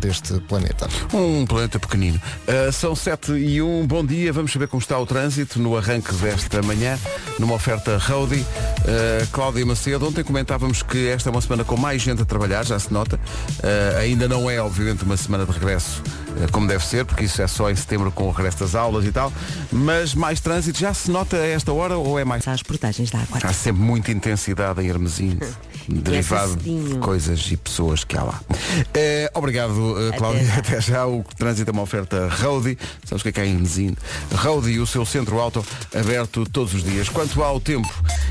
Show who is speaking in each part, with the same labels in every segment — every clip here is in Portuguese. Speaker 1: deste planeta.
Speaker 2: Um planeta pequenino. Ah, são 7 e 1, bom dia. Vamos saber como está o trânsito no arranque desta manhã, numa oferta roadie. Ah, Cláudia Macedo, ontem comentávamos que esta é uma semana com mais gente a trabalhar, já se nota. Ah, ainda não é, obviamente, uma semana de regresso ah, como deve ser, porque isso é só em setembro com o regresso das aulas e tal. Mas mais trânsito já se nota a esta hora ou é mais?
Speaker 3: às portagens da água.
Speaker 2: Há sempre muita intensidade em Hermesinho, é derivado de
Speaker 3: cedinho.
Speaker 2: coisas e pessoas que há lá. Eh, obrigado, eh, Cláudio. Até, já. O trânsito é uma oferta Roadie. Sabes o que é que há em Hermesinho? Roadie, o seu centro auto, aberto todos os dias. Quanto ao tempo,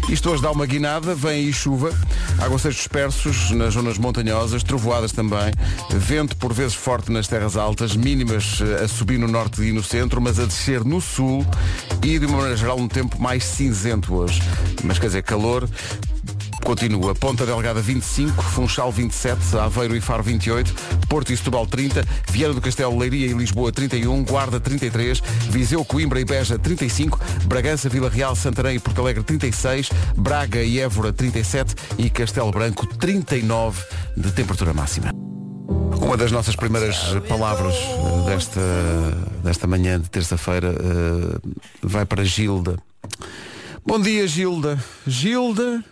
Speaker 2: isto hoje dá uma guinada, vem aí chuva, aguaceiros dispersos nas zonas montanhosas, trovoadas também, vento por vezes forte nas terras altas, mínimas eh, a subir no norte e no centro, mas a descer no sul e, de uma maneira geral, um tempo mais cinzento hoje. Mas quer dizer, calor. Continua. Ponta Delgada 25, Funchal 27, Aveiro e Faro 28, Porto e Setúbal 30, Vieira do Castelo, Leiria e Lisboa 31, Guarda 33, Viseu, Coimbra e Beja 35, Bragança, Vila Real, Santarém e Porto Alegre 36, Braga e Évora 37 e Castelo Branco 39 de temperatura máxima. Uma das nossas primeiras palavras eh, desta, desta manhã de terça-feira eh, vai para Gilda. Bom dia, Gilda. Gilda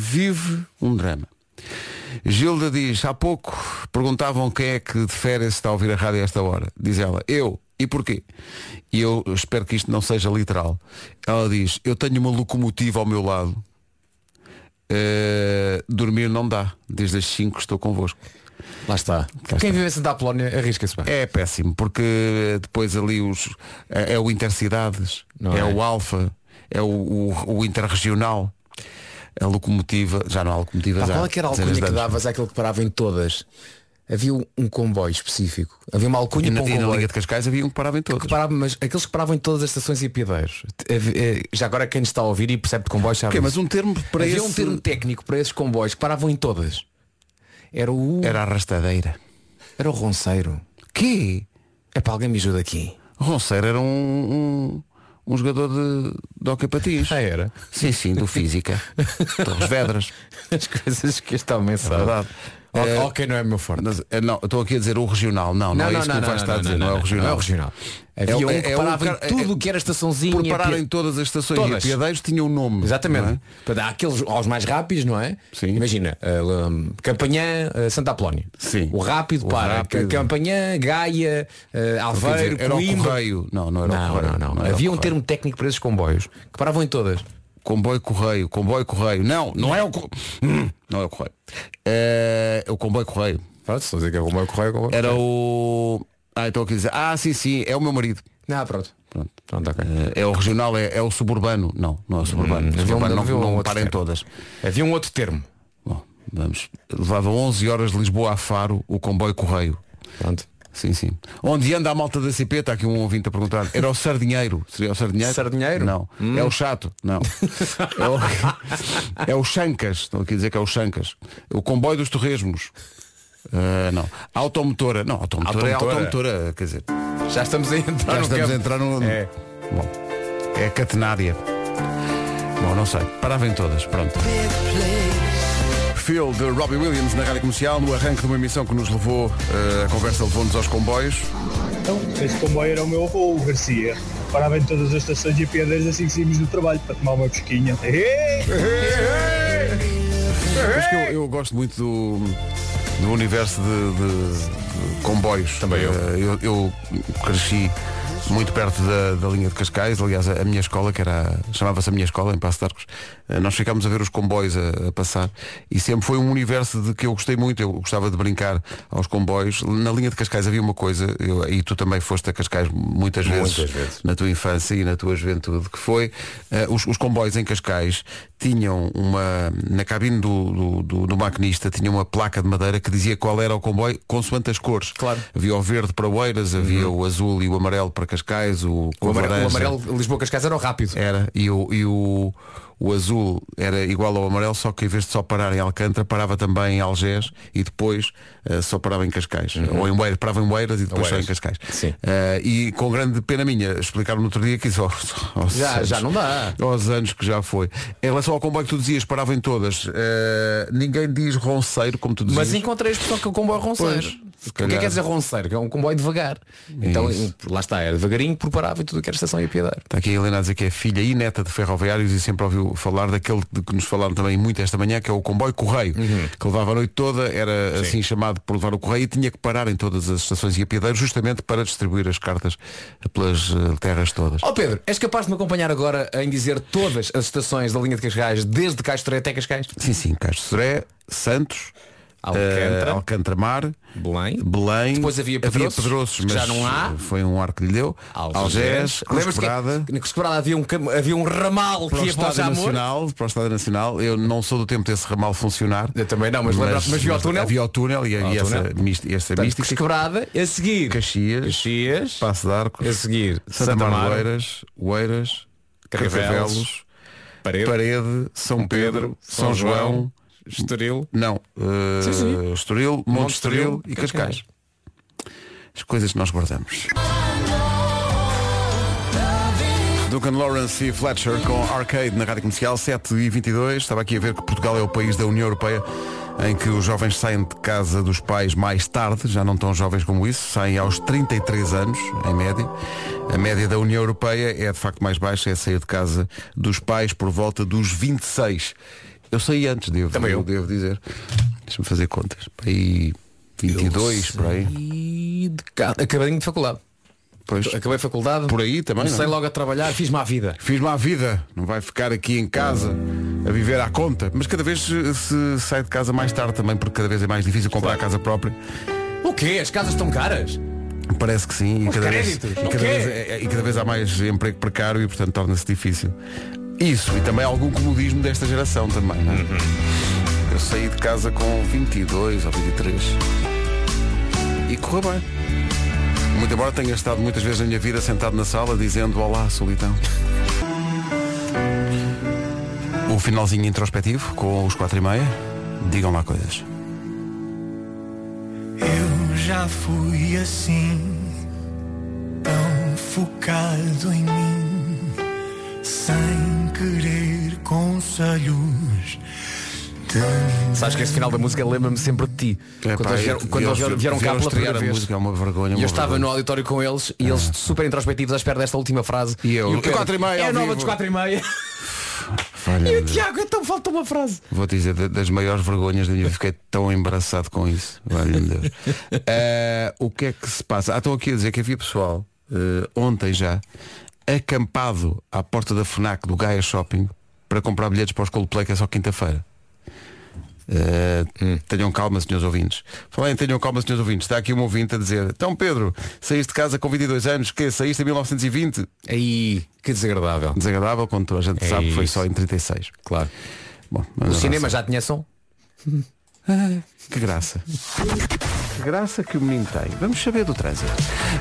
Speaker 2: vive um drama. Gilda diz, há pouco perguntavam quem é que de férias está a ouvir a rádio a esta hora. Diz ela, eu. E porquê? E eu espero que isto não seja literal. Ela diz, eu tenho uma locomotiva ao meu lado. Eh, dormir não dá. Desde as 5 estou convosco.
Speaker 1: Lá está. Quem vive em Santa Apolónia arrisca-se bem.
Speaker 2: É péssimo, porque depois ali os, é, é o Intercidades,
Speaker 1: Não
Speaker 2: é,
Speaker 1: é?
Speaker 2: o Alfa, é o, o- o Interregional, a locomotiva, já não há locomotiva. já,
Speaker 4: Pá, qual é que era a
Speaker 2: dezenas
Speaker 4: alcunha
Speaker 2: de
Speaker 4: que
Speaker 2: anos.
Speaker 4: davas àquele que parava em todas? Havia um- um comboio específico. Havia uma
Speaker 2: E
Speaker 4: alcunha
Speaker 2: na,
Speaker 4: para um
Speaker 2: e na Liga
Speaker 4: comboio.
Speaker 2: de Cascais havia um que parava em todos.
Speaker 4: Que parava, mas aqueles que paravam em todas as estações e piadeiros. Eh, eh, Já agora quem nos está a ouvir e percebe de comboios sabe.
Speaker 2: Ok, mas
Speaker 4: isso.
Speaker 2: um termo para
Speaker 4: Havia
Speaker 2: esse
Speaker 4: um termo técnico para esses comboios que paravam em todas. Era o. Era,
Speaker 2: era a rastadeira.
Speaker 4: o ronceiro.
Speaker 2: Que?
Speaker 4: É para alguém me ajuda aqui.
Speaker 2: Ronceiro era um, um, um jogador de, de hockey patins.
Speaker 4: Ah, era?
Speaker 2: Sim, sim, do Física. Torres Vedras.
Speaker 4: As coisas que este homem
Speaker 2: É
Speaker 4: sabe.
Speaker 2: verdade. Eh,
Speaker 4: ok, não é meu forte.
Speaker 2: Mas, eh, Não, estou aqui a dizer o regional. Não, não, é isso que o Vasco está a dizer, não, é o regional.
Speaker 4: Não é o regional. Havia
Speaker 2: É-
Speaker 4: um que
Speaker 2: é um
Speaker 4: parava
Speaker 2: cara-
Speaker 4: em tudo
Speaker 2: é-
Speaker 4: o que era estaçãozinha.
Speaker 2: Por
Speaker 4: pi-
Speaker 2: pararem todas as estações
Speaker 4: Todas.
Speaker 2: e a Piadeiros tinha um nome. não é?
Speaker 4: Exatamente. Portanto, Há aqueles aos mais rápidos, não é?
Speaker 2: Sim.
Speaker 4: Imagina, eh, um, Campanhã, eh, Santa Apolónia.
Speaker 2: Sim.
Speaker 4: O rápido
Speaker 2: O
Speaker 4: para
Speaker 2: rápido.
Speaker 4: Ca- Campanhã, Gaia, eh,
Speaker 2: Quer
Speaker 4: Aveiro,
Speaker 2: dizer, era o
Speaker 4: Coimbra.
Speaker 2: correio. Não, não era o
Speaker 4: Não,
Speaker 2: correio.
Speaker 4: não, não.
Speaker 2: era o
Speaker 4: Havia um
Speaker 2: correio.
Speaker 4: termo técnico para esses comboios que paravam em todas.
Speaker 2: Comboio correio, comboio correio. Não, não é o correio. Não é o correio. É o comboio correio.
Speaker 4: Pronto, estou a dizer que é o comboio, correio, comboio.
Speaker 2: Era o. Ah, estou aqui a dizer. Ah, sim, sim, é o meu marido.
Speaker 4: Não, pronto.
Speaker 2: Pronto.
Speaker 4: Pronto, ok.
Speaker 2: É é o regional, é, é o suburbano. Não, não é o suburbano.
Speaker 4: Hum,
Speaker 2: O
Speaker 4: havia
Speaker 2: suburbano
Speaker 4: um-
Speaker 2: não,
Speaker 4: havia um
Speaker 2: não
Speaker 4: outro
Speaker 2: parem
Speaker 4: termo.
Speaker 2: todas.
Speaker 4: Havia um outro termo.
Speaker 2: Bom, vamos. Levava 11 horas de Lisboa a Faro o comboio correio.
Speaker 4: Pronto.
Speaker 2: Sim, sim. Onde anda a malta da CP? Está aqui um ouvinte a perguntar. Era o sardinheiro. Seria o sardinheiro?
Speaker 4: Sardinheiro? Hum.
Speaker 2: Não. É o chato? Não. é, o... é o Chancas. Estão aqui a dizer que é o Chancas. O comboio dos torresmos. Ah, não. Automotora. Não, automotora, é
Speaker 4: Automotora.
Speaker 2: automotora. Quer dizer,
Speaker 4: Já estamos a entrar
Speaker 2: já
Speaker 4: no
Speaker 2: estamos
Speaker 4: campo.
Speaker 2: a entrar no...
Speaker 4: É.
Speaker 2: Bom, é catenária. Bom, não sei. Parava em todas. Pronto. Phil de Robbie Williams na Rádio Comercial, no arranque de uma emissão que nos levou, eh, a conversa levou-nos aos comboios.
Speaker 5: Então, esse comboio era o meu avô, o Garcia. Parava em todas as estações de piadeiros assim que saímos do trabalho para tomar uma pesquinha. Ei!
Speaker 2: Mas que eu, eu gosto muito do, do universo de, de- de comboios. Também eu. eu. cresci muito perto da, da linha de Cascais, aliás a, a minha escola, que era chamava-se a minha escola em Passo de Arcos, eh, nós ficámos a ver os comboios a, a passar e sempre foi um universo de que eu gostei muito, eu gostava de brincar aos comboios. Na linha de Cascais havia uma coisa, eu- e tu também foste a Cascais muitas, vezes, na tua infância e na tua juventude, que foi eh, os, os comboios em Cascais tinham uma, na cabine do, do, do- do maquinista, tinha uma placa de madeira que dizia qual era o comboio, consoante as cores.
Speaker 4: Claro.
Speaker 2: Havia o verde para Oeiras, havia o azul e o amarelo para Cascais, o,
Speaker 4: O amarelo,
Speaker 2: laranja.
Speaker 4: o amarelo Lisboa Cascais era o rápido.
Speaker 2: Era, e, o, e o, o azul era igual ao amarelo, só que em vez de só parar em Alcântara, parava também em Algés e depois eh, só parava em Cascais. Ou em Oeiras, parava em Oeiras e depois só em
Speaker 4: Uhum. Oeiras.
Speaker 2: Cascais.
Speaker 4: Sim.
Speaker 2: Eh, e com grande pena minha, explicaram no outro dia que isso aos, aos
Speaker 4: Já-
Speaker 2: anos-
Speaker 4: já não dá.
Speaker 2: Aos anos que já foi. Em relação ao comboio que tu dizias, parava em todas. eh, ninguém diz ronceiro, como tu dizias.
Speaker 4: Mas encontrei a expressão que é o comboio
Speaker 2: Pois.
Speaker 4: ronceiro.
Speaker 6: O que é que quer dizer ronceiro? Que é um comboio devagar. Então,
Speaker 2: Isso.
Speaker 6: lá está, era devagarinho, preparava e tudo o que era estação ia piedade.
Speaker 2: Está aqui a Helena a dizer que é filha e neta de ferroviários e sempre ouviu falar daquele de que nos falaram também muito esta manhã, que é o comboio correio,
Speaker 6: Uhum.
Speaker 2: que levava a noite toda, era assim chamado por levar o correio e tinha que parar em todas as estações e a piadeiro justamente para distribuir as cartas pelas eh, terras todas.
Speaker 6: Ó Pedro, és capaz de me acompanhar agora em dizer todas as estações da linha de Cascais, desde Castro até Cascais?
Speaker 2: Sim, sim, Castro Soré, Santos,
Speaker 6: Alcântara.
Speaker 2: eh, Alcântara Mar,
Speaker 6: Belém.
Speaker 2: Belém.
Speaker 6: Depois havia Pedroços,
Speaker 2: Pedroços,
Speaker 6: que já
Speaker 2: mas
Speaker 6: não há.
Speaker 2: Foi um ar que lhe deu. Algés, Cruz
Speaker 6: Lembras-te que
Speaker 2: Quebrada.
Speaker 6: na Cruz Quebrada havia um, cam- havia um ramal
Speaker 2: Para o,
Speaker 6: que ia para o
Speaker 2: Estádio
Speaker 6: Jamor?
Speaker 2: Nacional, para o Estádio Nacional, eu não sou do tempo desse ramal funcionar.
Speaker 6: Eu também não, mas lembra-te, mas viu o túnel?
Speaker 2: Havia o túnel e, e essa,
Speaker 6: túnel.
Speaker 2: mística, essa
Speaker 6: Portanto, Cruz
Speaker 2: mística.
Speaker 6: Quebrada, a seguir
Speaker 2: Caxias,
Speaker 6: Caxias,
Speaker 2: Passo de Arcos,
Speaker 6: a seguir
Speaker 2: Santa,
Speaker 6: Santa
Speaker 2: Mar de
Speaker 6: Mara,
Speaker 2: Oeiras, Oeiras,
Speaker 6: Carcavelos,
Speaker 2: Carcavelos,
Speaker 6: Parede,
Speaker 2: Parede, São Pedro, São João,
Speaker 6: Estoril,
Speaker 2: não, eh,
Speaker 6: Sim, sim.
Speaker 2: Estoril, Monte
Speaker 6: Monte
Speaker 2: Estoril
Speaker 6: Estoril
Speaker 2: e Cascais. As coisas que nós guardamos. Duncan Lawrence e Fletcher com Arcade na Rádio Comercial 7 e 22. Estava aqui a ver que Portugal é o país da União Europeia em que os jovens saem de casa dos pais mais tarde, já não tão jovens como isso, saem aos 33 anos, em média. A média da União Europeia é de facto mais baixa, é sair de casa dos pais por volta dos 26. Eu saí antes, devo,
Speaker 6: Também eu.
Speaker 2: devo dizer. Deixa-me fazer contas. Aí 22, por aí.
Speaker 6: E de cá, acabadinho de faculdade.
Speaker 2: Pois,
Speaker 6: Acabei a faculdade.
Speaker 2: por aí também. não é?
Speaker 6: Comecei logo a trabalhar, fiz-me à vida.
Speaker 2: Fiz-me à vida, não vai ficar aqui em casa a viver à conta. Mas cada vez se- se sai de casa mais tarde também, porque cada vez é mais difícil comprar a casa própria.
Speaker 6: O quê? As casas estão caras?
Speaker 2: Parece que sim, e cada, vez,
Speaker 6: créditos,
Speaker 2: e
Speaker 6: o
Speaker 2: cada
Speaker 6: quê?
Speaker 2: vez- é- e cada vez há mais emprego precário e portanto torna-se difícil. Isso, e também algum comodismo desta geração também. não é?
Speaker 6: Uhum.
Speaker 2: Eu saí de casa com 22 ou 23 e correu bem. Muito embora tenha estado muitas vezes na minha vida sentado na sala dizendo olá, solidão. O finalzinho introspectivo com os 4 e meia. Digam lá coisas.
Speaker 3: Eu já fui assim, tão focado em mim, sem querer conselhos. de
Speaker 6: Sabes que esse final da música lembra-me sempre de ti. quando
Speaker 2: Epá,
Speaker 6: eles vieram,
Speaker 2: e-
Speaker 6: quando
Speaker 2: e
Speaker 6: eles vieram cá pela
Speaker 2: estrear
Speaker 6: primeira
Speaker 2: a
Speaker 6: vez.
Speaker 2: música, é uma vergonha.
Speaker 6: E
Speaker 2: uma
Speaker 6: eu estava
Speaker 2: vergonha.
Speaker 6: no auditório com eles e eles super introspectivos à espera desta última frase.
Speaker 2: E eu,
Speaker 6: o Pedro,
Speaker 2: quatro e meia,
Speaker 6: É
Speaker 2: ao
Speaker 6: a nova
Speaker 2: vivo."
Speaker 6: dos 4 e meia.
Speaker 2: Falha-me
Speaker 6: E o
Speaker 2: Deus.
Speaker 6: Tiago, então falta uma frase.
Speaker 2: Vou te dizer, da- das maiores vergonhas da minha vida, fiquei tão embaraçado com isso. Valha-me Deus. Eh, o que é que se passa? Ah, estou aqui a dizer que havia pessoal, eh, ontem já, acampado à porta da FNAC do Gaia Shopping para comprar bilhetes para os Coldplay, que é só quinta-feira. Eh,
Speaker 6: Hum.
Speaker 2: Tenham calma, senhores ouvintes. Falem, tenham calma, senhores ouvintes. Está aqui um ouvinte a dizer, então Pedro, saíste de casa com 22 anos, que saíste em 1920.
Speaker 6: Aí, que desagradável.
Speaker 2: Desagradável, quando toda a gente
Speaker 6: É
Speaker 2: sabe que foi
Speaker 6: isso.
Speaker 2: só em 36.
Speaker 6: Claro.
Speaker 2: Bom,
Speaker 6: O cinema já tinha som?
Speaker 2: Que graça. Que graça que o menino tem. Vamos saber do trânsito.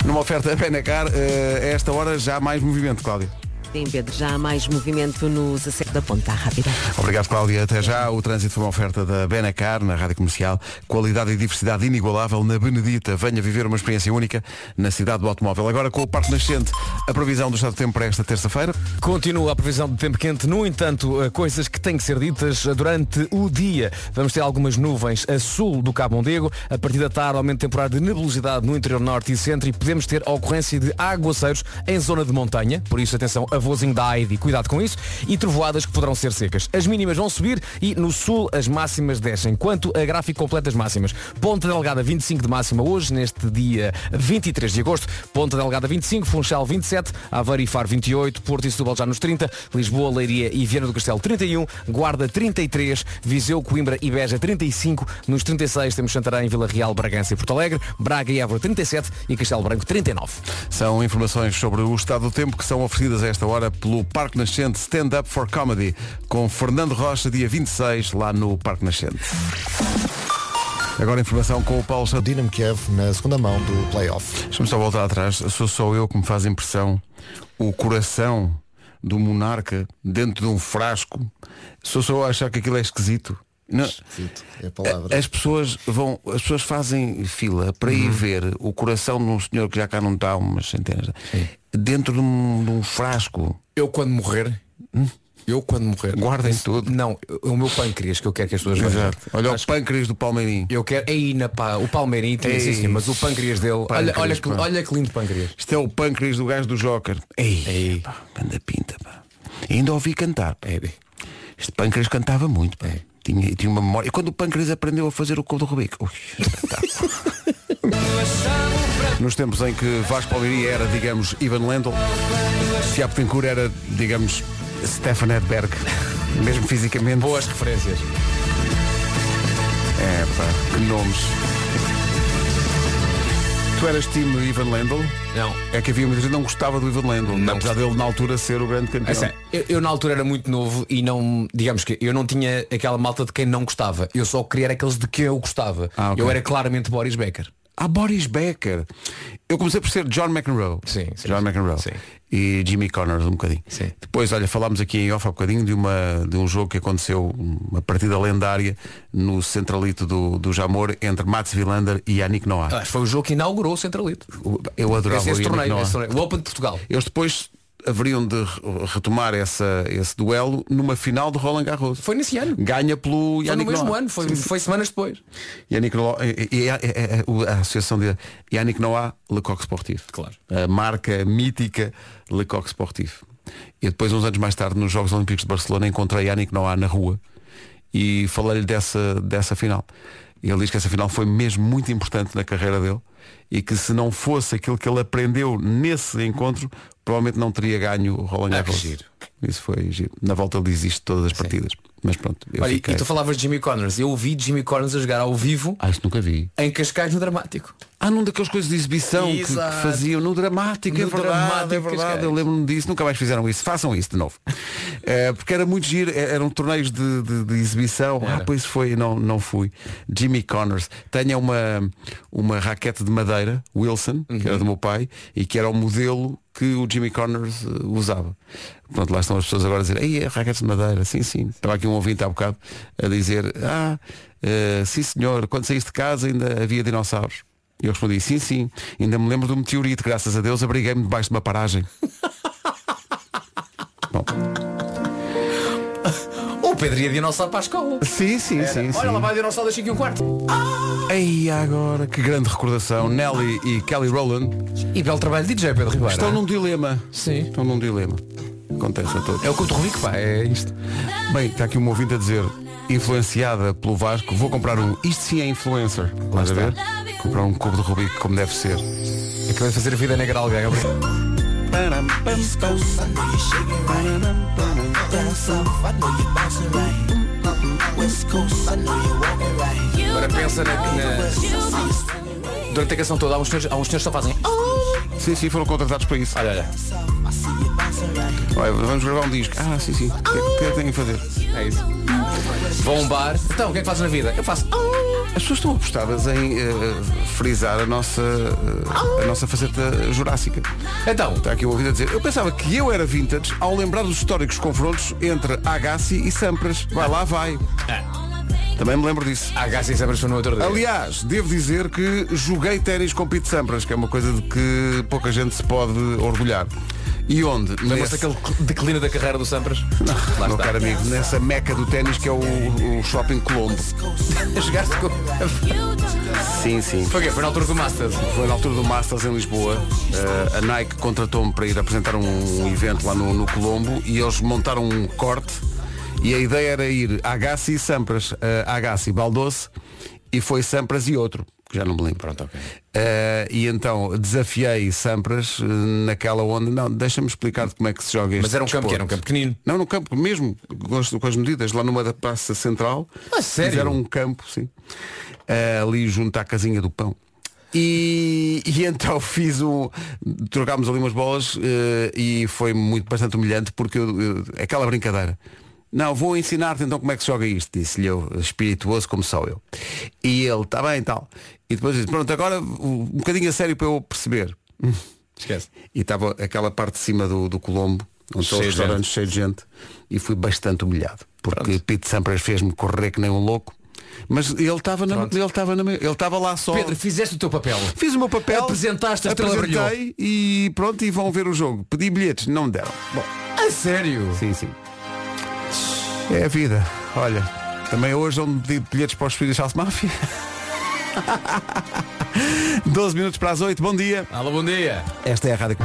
Speaker 2: Numa oferta Benacar, eh, a esta hora já há mais movimento, Cláudia.
Speaker 7: Sim, Pedro, já há mais movimento nos acessos da ponta rápida.
Speaker 2: Obrigado, Cláudia. Até já. O trânsito foi uma oferta da Benacar, na Rádio Comercial. Qualidade e diversidade inigualável na Benedita. Venha viver uma experiência única na cidade do automóvel. Agora com o Parque Nascente, a previsão do estado do tempo para esta terça-feira.
Speaker 6: Continua a previsão de tempo quente, no entanto, eh, coisas que têm que ser ditas eh, durante o dia. Vamos ter algumas nuvens a sul do Cabo Mondego, a partir da tarde aumento temporário de nebulosidade no interior norte e centro e podemos ter a ocorrência de aguaceiros em zona de montanha, por isso atenção, avôzinho da Aide, cuidado com isso, e trovoadas que poderão ser secas. As mínimas vão subir e no sul as máximas descem. Quanto a gráfico completo das máximas, Ponta Delgada 25 de máxima hoje, neste dia 23 de agosto, Ponta Delgada 25, Funchal 27, Aveiro e Faro 28, Porto e Setúbal já nos 30, Lisboa, Leiria e Viana do Castelo 31, Guarda 33, Viseu, Coimbra e Beja 35, nos 36 temos Santarém, Vila Real, Bragança e Porto Alegre, Braga e Évora 37 e Castelo Branco 39.
Speaker 2: São informações sobre o estado do tempo que são oferecidas a esta hora pelo Parque Nascente Stand Up for Comedy, com Fernando Rocha, dia 26, lá no Parque Nascente. Agora informação com o Paulo Santos.
Speaker 1: Dinamo Kiev na segunda mão do playoff.
Speaker 2: Deixa-me só voltar atrás. Sou só eu que me faz impressão o coração do monarca dentro de um frasco. Sou só eu a achar que aquilo é esquisito. Não,
Speaker 1: É a palavra.
Speaker 2: as pessoas vão, as pessoas fazem fila para ir ver o coração de um senhor que já cá não está há umas centenas de- dentro de um, de um frasco.
Speaker 6: Eu quando morrer, Eu quando morrer.
Speaker 2: Guardem tudo.
Speaker 6: Não, o meu pâncreas que eu quero que as pessoas vejam.
Speaker 2: Exato. Olha o pâncreas do Palmeirinho.
Speaker 6: Eu quero. Aí na pá, o Palmeirinho tinha
Speaker 2: Ei.
Speaker 6: sim, sim, mas o pâncreas dele. olha,
Speaker 2: É Pâncreas,
Speaker 6: olha, que,
Speaker 2: pá.
Speaker 6: olha que lindo pâncreas.
Speaker 2: Isto é o pâncreas do gajo do Joker. Ei,
Speaker 6: Ei.
Speaker 2: pá, manda pinta, pá. E ainda ouvi cantar. Pá.
Speaker 6: É, bem.
Speaker 2: Este pâncreas cantava muito, pá. Tinha, tinha uma memória. E quando o pâncreas aprendeu a fazer o cubo do Rubik? Ui, espetáculo. Nos tempos em que Vasco Palmeirinho era, digamos, Ivan Lendl, Tiago Tencourt era, digamos, Stefan Edberg. Mesmo fisicamente.
Speaker 6: Boas referências.
Speaker 2: É, pá, que nomes. Tu eras time Ivan Lendl?
Speaker 6: Não.
Speaker 2: É que havia muita gente que não gostava do Ivan Lendl,
Speaker 6: Não
Speaker 2: apesar dele na altura ser o grande campeão.
Speaker 6: É sério, eu, eu na altura era muito novo e não, digamos que eu não tinha aquela malta de quem não gostava. Eu só queria era aqueles de quem eu gostava.
Speaker 2: Ah, ok.
Speaker 6: Eu era claramente Boris Becker.
Speaker 2: Ah, Boris Becker. Eu comecei por ser John McEnroe.
Speaker 6: Sim, sim,
Speaker 2: John
Speaker 6: sim.
Speaker 2: McEnroe.
Speaker 6: Sim.
Speaker 2: E Jimmy Connors um bocadinho.
Speaker 6: Sim.
Speaker 2: Depois, olha, falámos aqui em off há bocadinho de, uma, de um jogo que aconteceu, uma partida lendária no centralito do, do Jamor entre Mats Vilander e Yannick Noah.
Speaker 6: Ah, Acho que foi o jogo que inaugurou o Centralito.
Speaker 2: Eu adorava
Speaker 6: Esse, esse
Speaker 2: o Yannick
Speaker 6: torneio,
Speaker 2: Noah.
Speaker 6: esse torneio. O Open de Portugal.
Speaker 2: Eles depois haveriam de re- retomar essa, esse duelo numa final de Roland Garros.
Speaker 6: Foi nesse ano.
Speaker 2: Ganha pelo
Speaker 6: Foi no
Speaker 2: Yannick
Speaker 6: mesmo
Speaker 2: Noah.
Speaker 6: ano, foi,
Speaker 2: Sim, sim.
Speaker 6: foi semanas depois.
Speaker 2: Yannick Noah, eh, e- e- e- e- o- a associação de Yannick Noah Lecoq Sportif.
Speaker 6: Claro.
Speaker 2: A marca mítica Lecoq Sportif. E depois, uns anos mais tarde, nos Jogos Olímpicos de Barcelona, encontrei Yannick Noah na rua e falei-lhe dessa, dessa final. E ele diz que essa final foi mesmo muito importante na carreira dele e que se não fosse aquilo que ele aprendeu nesse encontro, provavelmente não teria ganho o Roland
Speaker 6: Ah, que
Speaker 2: Garros.
Speaker 6: giro.
Speaker 2: Isso foi giro. Na volta ele existe todas as partidas. Mas pronto, eu
Speaker 6: Olha, e
Speaker 2: fiquei...
Speaker 6: tu falavas de Jimmy Connors. Eu ouvi Jimmy Connors a jogar ao vivo
Speaker 2: Ah, isto nunca vi.
Speaker 6: em Cascais no Dramático.
Speaker 2: Ah, num daqueles coisas de exibição que, que
Speaker 6: Exato.
Speaker 2: faziam no dramático, é
Speaker 6: No
Speaker 2: verdade,
Speaker 6: dramático,
Speaker 2: é verdade.
Speaker 6: Cascais.
Speaker 2: Eu lembro-me disso, nunca mais fizeram isso. Façam isso de novo. Eh, porque era muito giro, eh, eram torneios de, de- de exibição. Ah,
Speaker 6: Era.
Speaker 2: pois foi, não, não fui. Jimmy Connors. Tenha uma, uma raquete de madeira, Wilson, que era do meu pai, e que era o modelo que o Jimmy Connors eh, usava. Pronto, lá estão as pessoas agora a dizer, aí é raquete de madeira, sim, sim. Estava aqui um ouvinte há bocado a dizer, ah, eh, sim senhor, quando saíste de casa ainda havia dinossauros. E eu respondi, sim, sim, ainda me lembro do meteorito, graças a Deus abriguei-me debaixo de uma paragem. Bom,
Speaker 6: O Pedro ia dinossauro para a escola.
Speaker 2: sim, sim, sim, sim.
Speaker 6: Olha, lá vai o dinossauro da Chico e um quarto.
Speaker 2: Aí agora, que grande recordação. Nelly e Kelly Rowland
Speaker 6: E belo trabalho de DJ Pedro Ribeiro.
Speaker 2: estão num dilema.
Speaker 6: Sim.
Speaker 2: Estão num dilema. Acontece a todos.
Speaker 6: É o Couto Rico, pá, é isto.
Speaker 2: Bem, está aqui uma ouvinte a dizer, influenciada pelo Vasco, vou comprar um. Isto sim é influencer. Estás a ver? Comprar um cubo de Rubik como deve ser.
Speaker 6: Acabei de fazer vida negra a alguém. obrigado. Agora pensa na, na- Durante a canção toda, há uns senhores, há uns senhores que só fazem. "Oh".
Speaker 2: Sim, sim, foram contratados para isso.
Speaker 6: Olha, olha.
Speaker 2: Olha, vamos gravar um disco. Ah, sim, sim. O que é que- o que é que tenho a fazer?
Speaker 6: É isso. Vão a um bar. Então, o que é que fazes na vida? Eu faço.
Speaker 2: As pessoas estão apostadas em eh, frisar a nossa, eh, a nossa faceta jurássica.
Speaker 6: Então,
Speaker 2: Está aqui o ouvido a dizer, eu pensava que eu era vintage ao lembrar dos históricos confrontos entre Agassi e Sampras. Vai lá, vai.
Speaker 6: É.
Speaker 2: Também me lembro disso.
Speaker 6: a Gássia e Sabres no outro dia.
Speaker 2: Aliás, devo dizer que joguei ténis com Pete Sampras, que é uma coisa de que pouca gente se pode orgulhar. E onde?
Speaker 6: Lembra-se daquele declínio da carreira do Sampras? Lá
Speaker 2: meu
Speaker 6: está.
Speaker 2: caro amigo, nessa meca do ténis que é o, o Shopping Colombo.
Speaker 6: Jogaste com...
Speaker 2: Sim, sim.
Speaker 6: Foi o quê? Foi na altura do Masters.
Speaker 2: Foi na altura do Masters em Lisboa. Eh, a Nike contratou-me para ir apresentar um evento lá no, no Colombo e eles montaram um corte e a ideia era ir Agassi e Sampras. Eh, Agassi baldou-se e foi Sampras e outro, que já não me lembro. Pronto, e então desafiei Sampras eh, naquela onda. Não, deixa-me explicar-te como é que se joga este
Speaker 6: Mas era um campo
Speaker 2: desporto.
Speaker 6: que era um campo pequenino.
Speaker 2: Não, no campo mesmo, com as, com as medidas, lá numa da Praça Central.
Speaker 6: Ah, sério?
Speaker 2: Fizeram um campo, sim. Ah, ali junto à casinha do pão. E, e então fiz um. Trocámos ali umas bolas eh, e foi muito bastante humilhante porque eu, eu- aquela brincadeira. Não, vou ensinar-te então como é que se joga isto, disse-lhe eu, espirituoso como sou eu. E ele, está bem e tal. E depois disse, pronto, agora um bocadinho a sério para eu perceber.
Speaker 6: Esquece.
Speaker 2: E estava aquela parte de cima do, do Colombo, onde estão
Speaker 6: Cheio
Speaker 2: os
Speaker 6: de
Speaker 2: restaurantes cheio de gente, e fui bastante humilhado. Porque Pete Sampras fez-me correr que nem um louco. Mas ele estava na, ele estava na, ele estava lá só.
Speaker 6: Pedro, fizeste o teu papel.
Speaker 2: Fiz o meu papel.
Speaker 6: Apresentaste a Estrela
Speaker 2: apresentei e pronto, e vão ver o jogo. Pedi bilhetes, não me deram. Bom,
Speaker 6: A sério?
Speaker 2: sim, sim. É a vida. Olha, também hoje onde pedir bilhetes para os filhos House Mafia. 12 minutos para as 8, bom dia.
Speaker 6: Alô, bom dia.
Speaker 2: Esta é a Rádio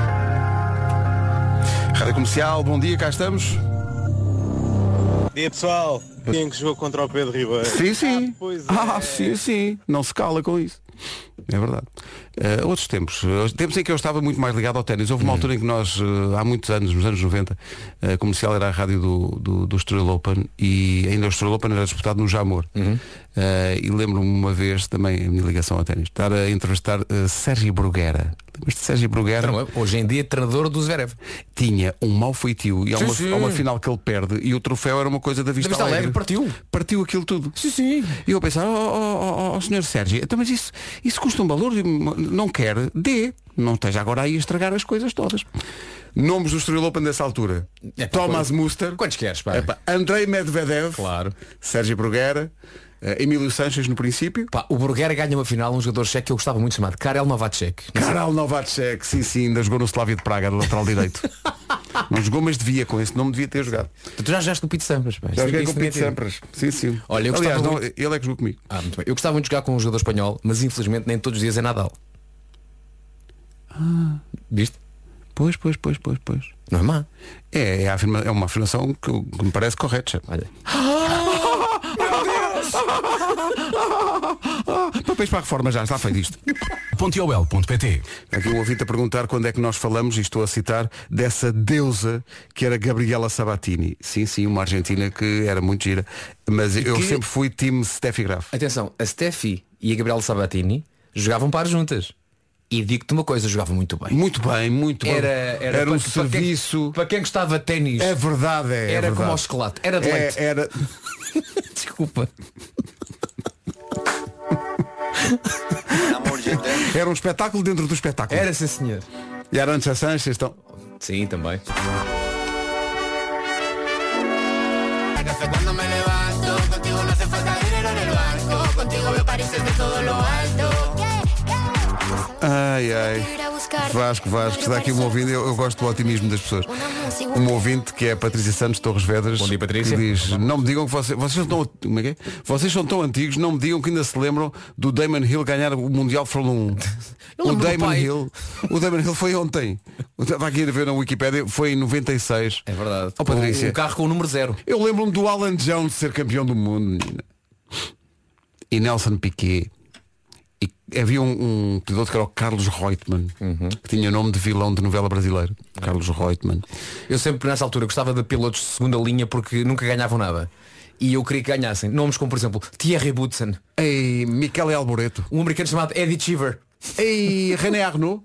Speaker 2: Rádio Comercial, bom dia, cá estamos.
Speaker 8: Dia pessoal, quem é que jogou contra o Pedro Ribeiro?
Speaker 2: Sim, sim.
Speaker 8: Ah, pois é.
Speaker 2: Ah, sim, sim. Não se cala com isso. É verdade. Eh, outros tempos. eh, Tempos em que eu estava muito mais ligado ao ténis.
Speaker 8: Hum.
Speaker 2: Houve uma altura em que nós, eh, há muitos anos, nos anos 90, a comercial era a rádio do, do, do Estoril Open e ainda o Estoril Open era disputado no Jamor.
Speaker 8: Uhum.
Speaker 2: Eh, e lembro-me uma vez também a minha ligação ao ténis. Estar a entrevistar eh, Sérgio Bruguera. Lembras-te de Sérgio
Speaker 6: Então,
Speaker 2: Bruguera?
Speaker 6: Hoje em dia, treinador do Zverev.
Speaker 2: tinha um mau feitio e há
Speaker 6: Sim,
Speaker 2: uma,
Speaker 6: sim.
Speaker 2: há uma final que ele perde e o troféu era uma coisa da Vista,
Speaker 6: Da Vista Alegre, partiu.
Speaker 2: Partiu aquilo tudo.
Speaker 6: Sim, sim.
Speaker 2: E eu a pensar, ó oh, oh, senhor Sérgio, então, mas isso, isso custa um valor, não quer, dê. Não esteja agora aí a estragar as coisas todas. Nomes do Estoril Open dessa altura.
Speaker 6: É, pá,
Speaker 2: Thomas
Speaker 6: quando-
Speaker 2: Muster.
Speaker 6: quantos queres, pá?
Speaker 2: É, Andrei Medvedev.
Speaker 6: Claro.
Speaker 2: Sérgio Bruguera. eh, Emílio Sanches no princípio.
Speaker 6: Pá, o Bruguera ganha uma final um jogador cheque que eu gostava muito chamado Karel Novacek.
Speaker 2: Karel Novacek, sim, sim, ainda jogou no Slavia de Praga, do lateral direito. não jogou, mas devia, com esse nome devia ter jogado.
Speaker 6: Tu já jogaste com o Pete Sampras, pá.
Speaker 2: Já
Speaker 6: Isso-
Speaker 2: joguei é com
Speaker 6: isso
Speaker 2: o Pete
Speaker 6: tinha tido.
Speaker 2: Sampras. Sim, sim.
Speaker 6: Olha, eu
Speaker 2: Aliás,
Speaker 6: gostava
Speaker 2: não, ele é que jogou comigo.
Speaker 6: Ah, muito bem. Eu gostava muito de jogar com um jogador espanhol, mas infelizmente nem todos os dias é Nadal. Ah. Viste?
Speaker 2: Pois, pois, pois, pois, pois.
Speaker 6: Não é má.
Speaker 2: É, é, a afirma- é uma afirmação que, eu- que me parece correta. chefe.
Speaker 6: Olha.
Speaker 2: Papéis Então para a reforma já, está feito isto.
Speaker 9: Pontiol.pt
Speaker 2: Aqui um ouvinte a perguntar quando é que nós falamos, e estou a citar, dessa deusa que era Gabriela Sabatini. Sim, sim, uma argentina que era muito gira. Mas eu
Speaker 6: que-
Speaker 2: sempre fui time Steffi Graf.
Speaker 6: Atenção, a Steffi e a Gabriela Sabatini jogavam para juntas. E digo-te uma coisa, jogavam muito bem.
Speaker 2: Muito bem, muito
Speaker 6: Era,
Speaker 2: bem.
Speaker 6: era, para- para quem-
Speaker 2: um serviço.
Speaker 6: Para quem gostava de ténis,
Speaker 2: É verdade, é. é
Speaker 6: era como
Speaker 2: verdade.
Speaker 6: ao chocolate. Era de leite.
Speaker 2: É, era,
Speaker 6: Desculpa.
Speaker 2: era um espetáculo dentro do espetáculo.
Speaker 6: Era sim senhor.
Speaker 2: E a Arancha Sanches estão.
Speaker 6: Sim, também.
Speaker 2: Ai, ai. Vasco, Vasco, está aqui um ouvinte, eu, eu gosto do otimismo das pessoas. Um ouvinte que é a Patrícia Santos Torres Vedras.
Speaker 6: Bom dia, Patrícia.
Speaker 2: que diz, não me digam que vocês, vocês, são tão, como é que é? vocês são tão antigos, não me digam que ainda se lembram do Damon Hill ganhar o Mundial de Fórmula 1.
Speaker 6: Eu
Speaker 2: O
Speaker 6: lembro do
Speaker 2: Damon
Speaker 6: pai.
Speaker 2: Hill, o Damon Hill foi ontem. Eu Estava aqui a ver na Wikipédia, foi em 96.
Speaker 6: É verdade.
Speaker 2: Ó, Oh, Patrícia.
Speaker 6: Um, um carro com o número zero.
Speaker 2: Eu lembro-me do Alan Jones ser campeão do mundo, menina. E Nelson Piquet. E havia um, um pedidor que era o Carlos Reutemann, que tinha nome de vilão de novela brasileira. Carlos Reutemann.
Speaker 6: Eu sempre nessa altura gostava de pilotos de segunda linha porque nunca ganhavam nada. E eu queria que ganhassem. Nomes como, por exemplo, Thierry Bootsen,
Speaker 2: Ei, Michele Alboreto.
Speaker 6: um americano chamado Eddie Cheever.
Speaker 2: Ei, René Arnaud.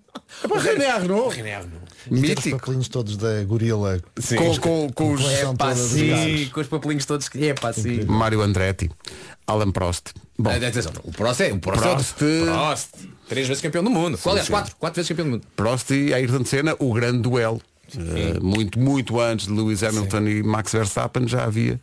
Speaker 2: René Arnaud.
Speaker 1: Os
Speaker 2: Eh, Mítico.
Speaker 1: papelinhos é todos da gorila.
Speaker 2: Com, com, com os
Speaker 1: Coleção
Speaker 6: Pá,
Speaker 1: toda de
Speaker 6: sim,
Speaker 1: gajos.
Speaker 6: com os papelinhos todos. que- É pá, sim.
Speaker 2: Mário Andretti. Alan Prost. Bom,
Speaker 6: Atenção, o Prost é o Prost. é
Speaker 2: Prost.
Speaker 6: outro. Prost. Três vezes campeão do mundo. Qual é? Quatro. Quatro vezes campeão do mundo.
Speaker 2: Prost e Ayrton Senna, o grande duelo. Eh, muito, muito antes de Lewis Hamilton e Max Verstappen já havia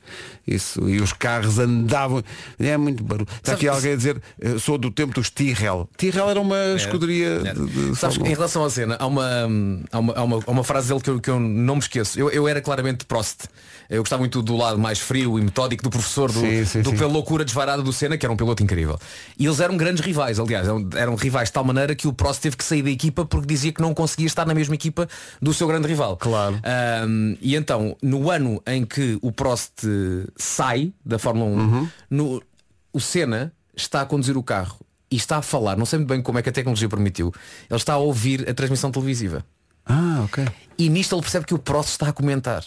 Speaker 2: isso. E os carros andavam. É muito barulho. Está
Speaker 6: Sabe-
Speaker 2: aqui alguém a dizer, eh, sou do tempo dos Tyrrell. Tyrrell era uma escuderia
Speaker 6: É.
Speaker 2: de, de
Speaker 6: Sabes, que
Speaker 2: Fórmula um.
Speaker 6: em relação à cena, há uma, hum, há uma, há uma, há uma frase dele que eu, que eu não me esqueço. Eu, eu era claramente Prost. Eu gostava muito do lado mais frio e metódico do professor, do,
Speaker 2: Sim, sim,
Speaker 6: do
Speaker 2: sim.
Speaker 6: pela loucura desvarada do Senna, que era um piloto incrível. E eles eram grandes rivais, aliás, eram, eram rivais de tal maneira que o Prost teve que sair da equipa porque dizia que não conseguia estar na mesma equipa do seu grande rival.
Speaker 2: Claro.
Speaker 6: Ahm, e então, no ano em que o Prost eh, sai da Fórmula 1, no- o Senna está a conduzir o carro e está a falar, não sei muito bem como é que a tecnologia permitiu, ele está a ouvir a transmissão televisiva.
Speaker 2: Ah, ok.
Speaker 6: E nisto ele percebe que o Prost está a comentar.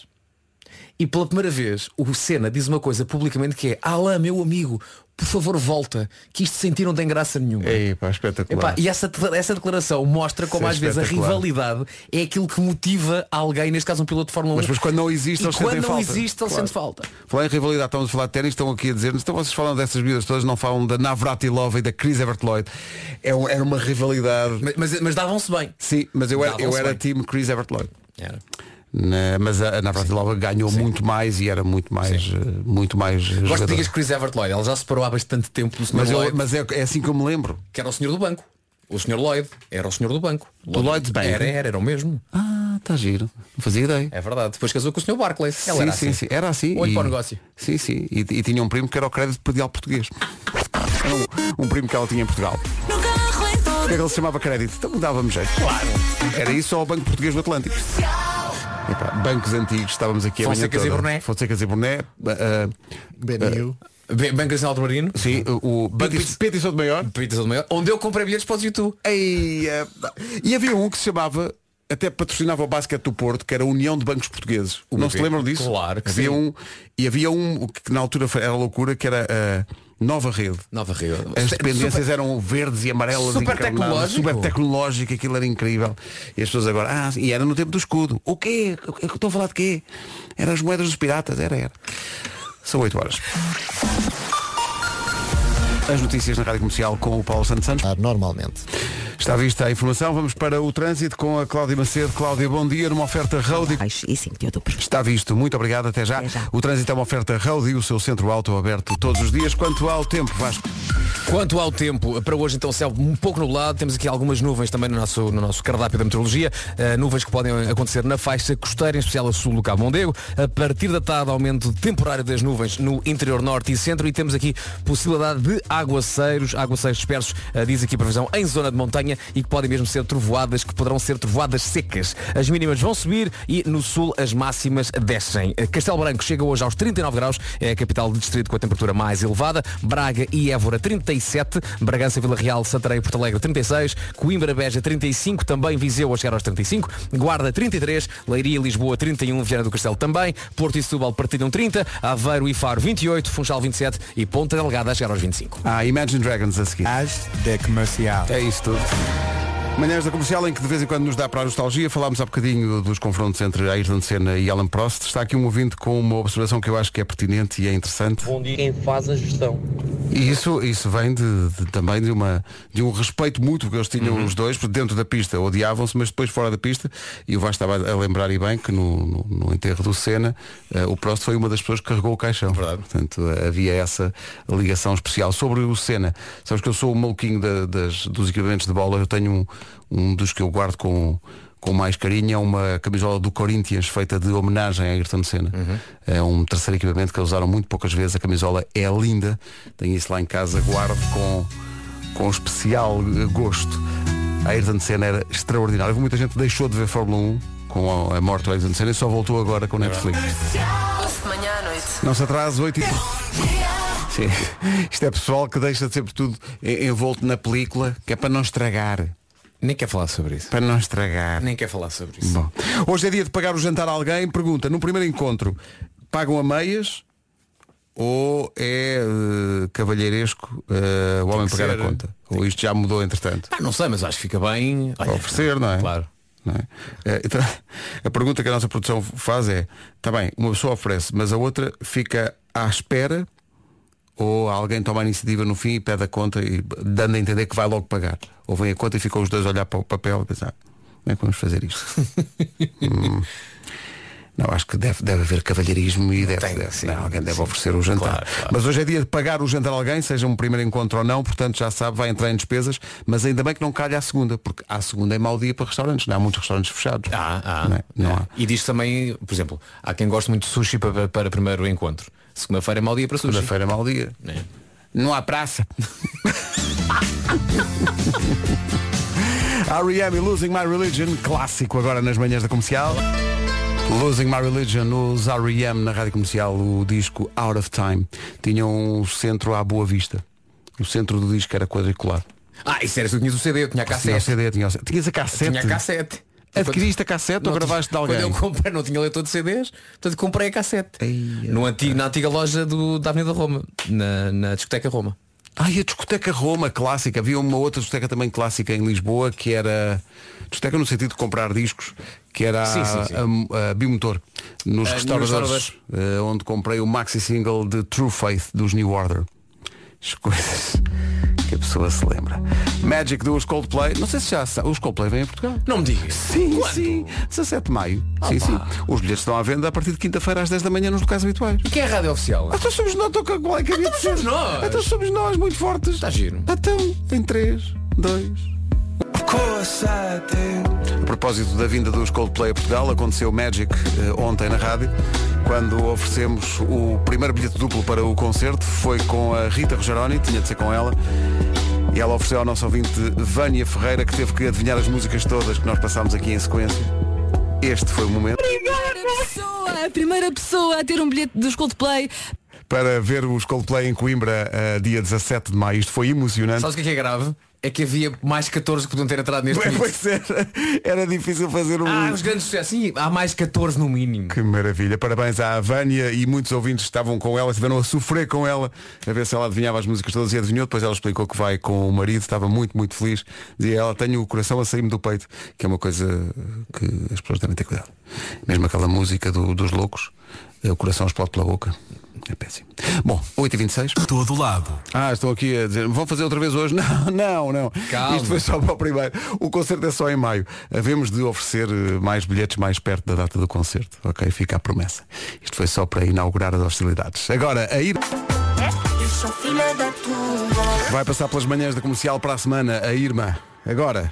Speaker 6: E pela primeira vez o Senna diz uma coisa publicamente que é Alain, meu amigo, por favor volta, que isto sentir não tem graça nenhuma.
Speaker 2: Ei, pá, espetacular.
Speaker 6: Epá, e essa, essa declaração mostra como
Speaker 2: É Isso é
Speaker 6: às vezes a
Speaker 2: espetacular.
Speaker 6: rivalidade é aquilo que motiva alguém, neste caso um piloto de Fórmula 1.
Speaker 2: Mas depois quando não existe,
Speaker 6: e
Speaker 2: eles
Speaker 6: quando
Speaker 2: sentem
Speaker 6: não
Speaker 2: falta.
Speaker 6: existe, ele
Speaker 2: Claro.
Speaker 6: sente falta.
Speaker 2: Falar em rivalidade, estamos a falar de ténis, estão aqui a dizer-nos, então vocês falam dessas vidas todas, não falam da Navratilova e da Chris Evert Lloyd. É um- era uma rivalidade.
Speaker 6: Mas, mas, mas davam-se bem.
Speaker 2: Sim, mas eu era, eu
Speaker 6: Davam-se
Speaker 2: era
Speaker 6: bem.
Speaker 2: time Chris Evert Lloyd. Na- mas a, a Navratilova ganhou muito mais e era muito mais eh, muito mais
Speaker 6: Gosto
Speaker 2: jogadora.
Speaker 6: que digas Chris Evert Lloyd, ele já se parou há bastante tempo do Sr.
Speaker 2: mas, eu-
Speaker 6: Lloyd,
Speaker 2: mas é, é assim que eu me lembro
Speaker 6: que era o senhor do banco. O senhor Lloyd era o senhor do banco.
Speaker 2: Lloyd's Bank?
Speaker 6: Era, era, era o mesmo.
Speaker 2: ah Está giro. Não fazia ideia.
Speaker 6: É verdade. Depois casou com o senhor Barclay. Ela
Speaker 2: sim,
Speaker 6: era
Speaker 2: sim,
Speaker 6: assim.
Speaker 2: sim. Era assim.
Speaker 6: Olho
Speaker 2: e-
Speaker 6: para o negócio.
Speaker 2: Sim, sim. E, e tinha um primo que era o crédito predial português. Era Um, um primo que ela tinha em Portugal. O que é que ele se chamava crédito? Então dávamos jeito. Claro. Era isso ao Banco Português do Atlântico. Epá, bancos antigos, estávamos aqui a manhã
Speaker 6: Fonsecas e
Speaker 2: toda.
Speaker 6: Brunet.
Speaker 2: Fonsecas e Brunet. ah,
Speaker 1: Benio.
Speaker 6: Bem, Banco Nacional do Marino.
Speaker 2: ah, sim, o o Banco
Speaker 6: Pizzo.
Speaker 2: Pedro Souto Maior.
Speaker 6: Pizza do Maior, Onde eu comprei bilhetes para os YouTube.
Speaker 2: Ei, eh, e havia um que se chamava até patrocinava o basquete do Porto, que era a União de Bancos Portugueses. não se
Speaker 6: quê?
Speaker 2: lembram disso?
Speaker 6: Claro que sim.
Speaker 2: havia um E havia um que na altura foi- era loucura, que era a Nova Rede.
Speaker 6: Nova Rio.
Speaker 2: As dependências eram verdes e amarelas
Speaker 6: Super
Speaker 2: encarnadas,
Speaker 6: tecnológico.
Speaker 2: Super tecnológico, aquilo era incrível E as pessoas agora, ah, e era no tempo do escudo O quê? O que- Estou a falar de quê? Eram as moedas dos piratas, era, era São 8 horas As notícias na Rádio Comercial com o Paulo Santos Santos
Speaker 1: Ah, Normalmente.
Speaker 2: Está vista a informação, vamos para o trânsito com a Cláudia Macedo. Cláudia, bom dia, numa oferta Road.
Speaker 7: Baixo e 5 de outubro.
Speaker 2: Está visto, muito obrigado, até já.
Speaker 7: Até já.
Speaker 2: O trânsito é uma oferta Road e o seu centro auto aberto todos os dias. Quanto ao tempo, Vasco?
Speaker 4: Quanto ao tempo, para hoje então céu um pouco nublado, temos aqui algumas nuvens também no nosso, no nosso cardápio da meteorologia, eh, nuvens que podem acontecer na faixa costeira, em especial a sul do Cabo Mondego. A partir da tarde, aumento temporário das nuvens no interior norte e centro e temos aqui possibilidade de aguaceiros, aguaceiros dispersos, eh, diz aqui a previsão, em zona de montanha e que podem mesmo ser trovoadas, que poderão ser trovoadas secas. As mínimas vão subir e no sul as máximas descem. Eh, Castelo Branco chega hoje aos 39 graus, é a capital do distrito com a temperatura mais elevada. Braga e Évora 37, Bragança, Vila Real, Santarém e Porto Alegre 36, Coimbra, Beja 35, também Viseu a chegar aos 35, Guarda 33, Leiria e Lisboa 31, Viana do Castelo também, Porto e Setúbal partilham 30, Aveiro e Faro 28, Funchal 27 e Ponta Delgada a chegar aos 25.
Speaker 2: Ah, Imagine Dragons a seguir.
Speaker 5: As da comercial.
Speaker 2: É isso tudo. Manhãs da Comercial, em que de vez em quando nos dá para a nostalgia, falámos há bocadinho dos confrontos entre Ayrton Senna e Alan Prost. Está aqui um ouvinte com uma observação que eu acho que é pertinente e é interessante.
Speaker 10: Bom dia quem faz a gestão.
Speaker 2: E isso, isso vem de, de- também de, uma, de um respeito mútuo que eles tinham os dois, porque dentro da pista odiavam-se, mas depois fora da pista, e o Vasco estava a lembrar e bem que no, no- no enterro do Senna, eh, o Prost foi uma das pessoas que carregou o caixão. Verdade. Portanto, eh, havia essa ligação especial. Sobre o Senna, sabes que eu sou o maluquinho da- das, dos equipamentos de bola, eu tenho um, um dos que eu guardo com com mais carinho, é uma camisola do Corinthians feita de homenagem a Ayrton Senna. É um terceiro equipamento que eles usaram muito poucas vezes. A camisola é linda. Tenho isso lá em casa, guardo com, com especial eh, gosto. A Ayrton Senna era extraordinário. Houve Muita gente que deixou de ver Fórmula 1 com a a morte do Ayrton Senna e só voltou agora com o Netflix. Não se atrase, 8 e...
Speaker 11: É.
Speaker 2: Sim. Isto é pessoal que deixa de sempre tudo en- envolto na película, que é para não estragar.
Speaker 6: Nem quer falar sobre isso.
Speaker 2: Para não estragar.
Speaker 6: Nem quer falar sobre isso.
Speaker 2: Bom. Hoje é dia de pagar o jantar a alguém. Pergunta, no primeiro encontro, pagam a meias ou é eh, cavalheiresco eh, o homem
Speaker 6: que
Speaker 2: pagar
Speaker 6: ser-
Speaker 2: a conta? Ou isto já mudou entretanto?
Speaker 6: Ah, não sei, mas acho que fica bem.
Speaker 2: Para oferecer, não é?
Speaker 6: Claro.
Speaker 2: Não é? Eh, então, a pergunta que a nossa produção faz é, está bem, uma pessoa oferece, mas a outra fica à espera ou alguém toma a iniciativa no fim e pede a conta e dando a entender que vai logo pagar. Ou vem a conta e ficam os dois a olhar para o papel e pensar, como é que vamos fazer isto? Hum. Não, acho que deve, deve haver cavalheirismo e deve, deve- não, alguém deve oferecer o jantar. Mas hoje é dia de pagar o jantar a alguém, seja um primeiro encontro ou não, portanto já sabe, vai entrar em despesas, mas ainda bem que não calha à segunda, porque à segunda é mau dia para restaurantes, não há muitos restaurantes fechados.
Speaker 6: Ah, ah,
Speaker 2: Não, é? Não
Speaker 6: ah.
Speaker 2: há.
Speaker 6: E diz também, por exemplo, há quem gosta muito de sushi para, para primeiro encontro. Segunda-feira é mau dia para sushi.
Speaker 2: Segunda-feira é mau dia.
Speaker 6: É.
Speaker 2: Não há praça. R.E.M. e Losing My Religion, clássico agora nas manhãs da comercial. Losing My Religion, os R.E.M. na rádio comercial, o disco Out of Time. Tinha um centro à boa vista. O centro do disco era quadriculado.
Speaker 6: Ah, isso era, se tu tinhas o CD, eu tinha a
Speaker 2: Tinha o
Speaker 6: cassete.
Speaker 2: CD, tinha o CD. Tinhas a cassete.
Speaker 6: Tinha a cassete.
Speaker 2: Adquiriste a cassete ou
Speaker 6: Não
Speaker 2: gravaste
Speaker 6: tinha-
Speaker 2: de alguém?
Speaker 6: Quando eu comprei, não tinha leitor de CDs, portanto comprei a cassete.
Speaker 2: Ei,
Speaker 6: no antigo, na antiga loja do, da Avenida Roma, na, na discoteca Roma.
Speaker 2: Ai, a discoteca Roma clássica. Havia uma outra discoteca também clássica em Lisboa que era discoteca no sentido de comprar discos, que era
Speaker 6: Sim, sim, sim.
Speaker 2: A, a Bimotor, nos
Speaker 6: Ah,
Speaker 2: restauradores,
Speaker 6: nos restauradores.
Speaker 2: eh, onde comprei o maxi single de True Faith dos New Order. As coisas que a pessoa se lembra. Magic dos Coldplay. Não sei se já sa- os Coldplay vêm a Portugal.
Speaker 6: Não me digas.
Speaker 2: Sim, sim. 17 de maio. sim, sim. Os bilhetes estão à venda a partir de quinta-feira às 10 da manhã nos locais habituais.
Speaker 6: O que é a rádio oficial?
Speaker 2: Então somos nós, estou com a qual é que havia de
Speaker 6: somos
Speaker 2: ser?
Speaker 6: nós. Tá
Speaker 2: Então somos nós, muito fortes.
Speaker 6: Está giro.
Speaker 2: Então, em 3, 2. A propósito da vinda dos Coldplay a Portugal, aconteceu Magic eh, ontem na rádio, quando oferecemos o primeiro bilhete duplo para o concerto, foi com a Rita Rogeroni, tinha de ser com ela, e ela ofereceu ao nosso ouvinte Vânia Ferreira, que teve que adivinhar as músicas todas que nós passámos aqui em sequência. Este foi o momento
Speaker 10: pessoa, a primeira pessoa a ter um bilhete dos Coldplay.
Speaker 2: para ver os Coldplay em Coimbra, eh, dia 17 de maio. Isto foi emocionante.
Speaker 6: Sabes o que é que é grave? É que havia mais 14 que podiam ter entrado neste
Speaker 2: Pois,
Speaker 6: mix.
Speaker 2: pois era, era difícil fazer um.
Speaker 6: Ah, os grandes sucessos. Sim, há mais 14 no mínimo.
Speaker 2: Que maravilha. Parabéns à Vânia e muitos ouvintes que estavam com ela, estiveram a sofrer com ela, a ver se ela adivinhava as músicas todas e adivinhou. Depois ela explicou que vai com o marido, estava muito, muito feliz. Dizia ela, tenho o coração a sair-me do peito, que é uma coisa que as pessoas devem ter cuidado. Mesmo aquela música do- dos loucos, eh, o coração explode pela boca. É péssimo. Bom, 8h26.
Speaker 12: Todo lado.
Speaker 2: Ah, estão aqui a dizer, vão fazer outra vez hoje? Não, não, não.
Speaker 6: Calma.
Speaker 2: Isto foi só para o primeiro. O concerto é só em maio. Havemos de oferecer eh, mais bilhetes mais perto da data do concerto. Ok, fica a promessa. Isto foi só para inaugurar as hostilidades. Agora, a ir. Vai passar pelas manhãs da comercial para a semana, a Irma. Agora.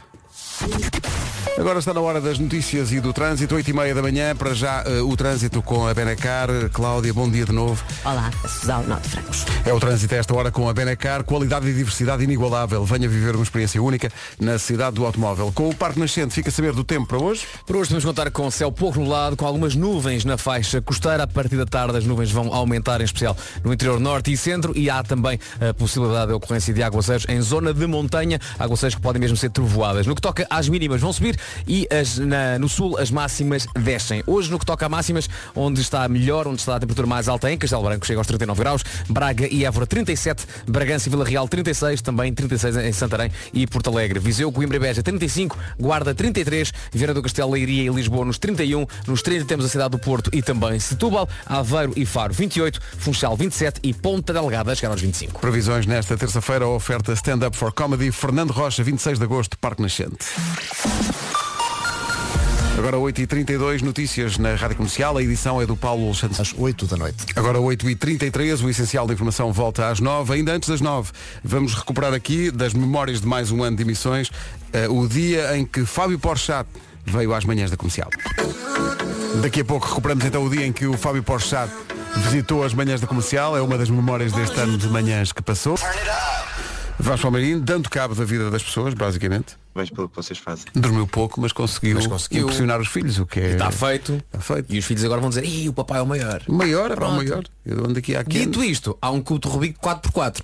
Speaker 2: Agora está na hora das notícias e do trânsito, 8 e meia da manhã, para já eh, o trânsito com a Benacar. Cláudia, bom dia de novo.
Speaker 7: Olá, Suzão Norte Francos.
Speaker 2: É o trânsito a esta hora com a Benacar, qualidade e diversidade inigualável. Venha viver uma experiência única na cidade do automóvel. Com o Parque Nascente, fica a saber do tempo para hoje.
Speaker 4: Por hoje vamos contar com céu pouco nublado, com algumas nuvens na faixa costeira. A partir da tarde as nuvens vão aumentar, em especial no interior norte e centro. E há também a possibilidade da ocorrência de aguaceiros em zona de montanha. Aguaceiros que podem mesmo ser trovoadas. No que toca às mínimas vão subir e as- na- no sul as máximas descem. Hoje no que toca a máximas, onde está melhor, onde está a temperatura mais alta é em Castelo Branco, chega aos 39 graus. Braga e Évora 37, Bragança e Vila Real 36, também 36 em Santarém e Porto Alegre. Viseu, Coimbra e Beja 35, Guarda 33, Vieira do Castelo, Leiria e Lisboa nos 31, nos 30 temos a cidade do Porto e também Setúbal, Aveiro e Faro 28, Funchal 27 e Ponta Delgada a chegar aos 25.
Speaker 2: Previsões nesta terça-feira, a oferta Stand Up for Comedy, Fernando Rocha, 26 de agosto, Parque Nascente. Agora 8h32, notícias na Rádio Comercial. A edição é do Paulo Alexandre.
Speaker 1: Às 8 da noite.
Speaker 2: Agora 8h33, o essencial da informação volta às 9 Ainda antes das 9 vamos recuperar aqui das memórias de mais um ano de emissões eh, o dia em que Fábio Porchat veio às manhãs da comercial. Daqui a pouco recuperamos então o dia em que o Fábio Porchat visitou as manhãs da comercial. É uma das memórias deste ano de manhãs que passou. Vasco Almeirinho, dando cabo da vida das pessoas, basicamente.
Speaker 13: Mas pelo que vocês fazem.
Speaker 2: Dormiu pouco, mas conseguiu,
Speaker 6: Mas conseguiu. tá
Speaker 2: impressionar os filhos, o que é...
Speaker 6: Está feito.
Speaker 2: Está feito.
Speaker 6: E os filhos agora vão dizer, Ih, o papai é o maior.
Speaker 2: Maior, é para o
Speaker 6: Pronto.
Speaker 2: maior. Eu ando aqui à quente.
Speaker 6: Dito isto, há um cubo de Rubik 4x4.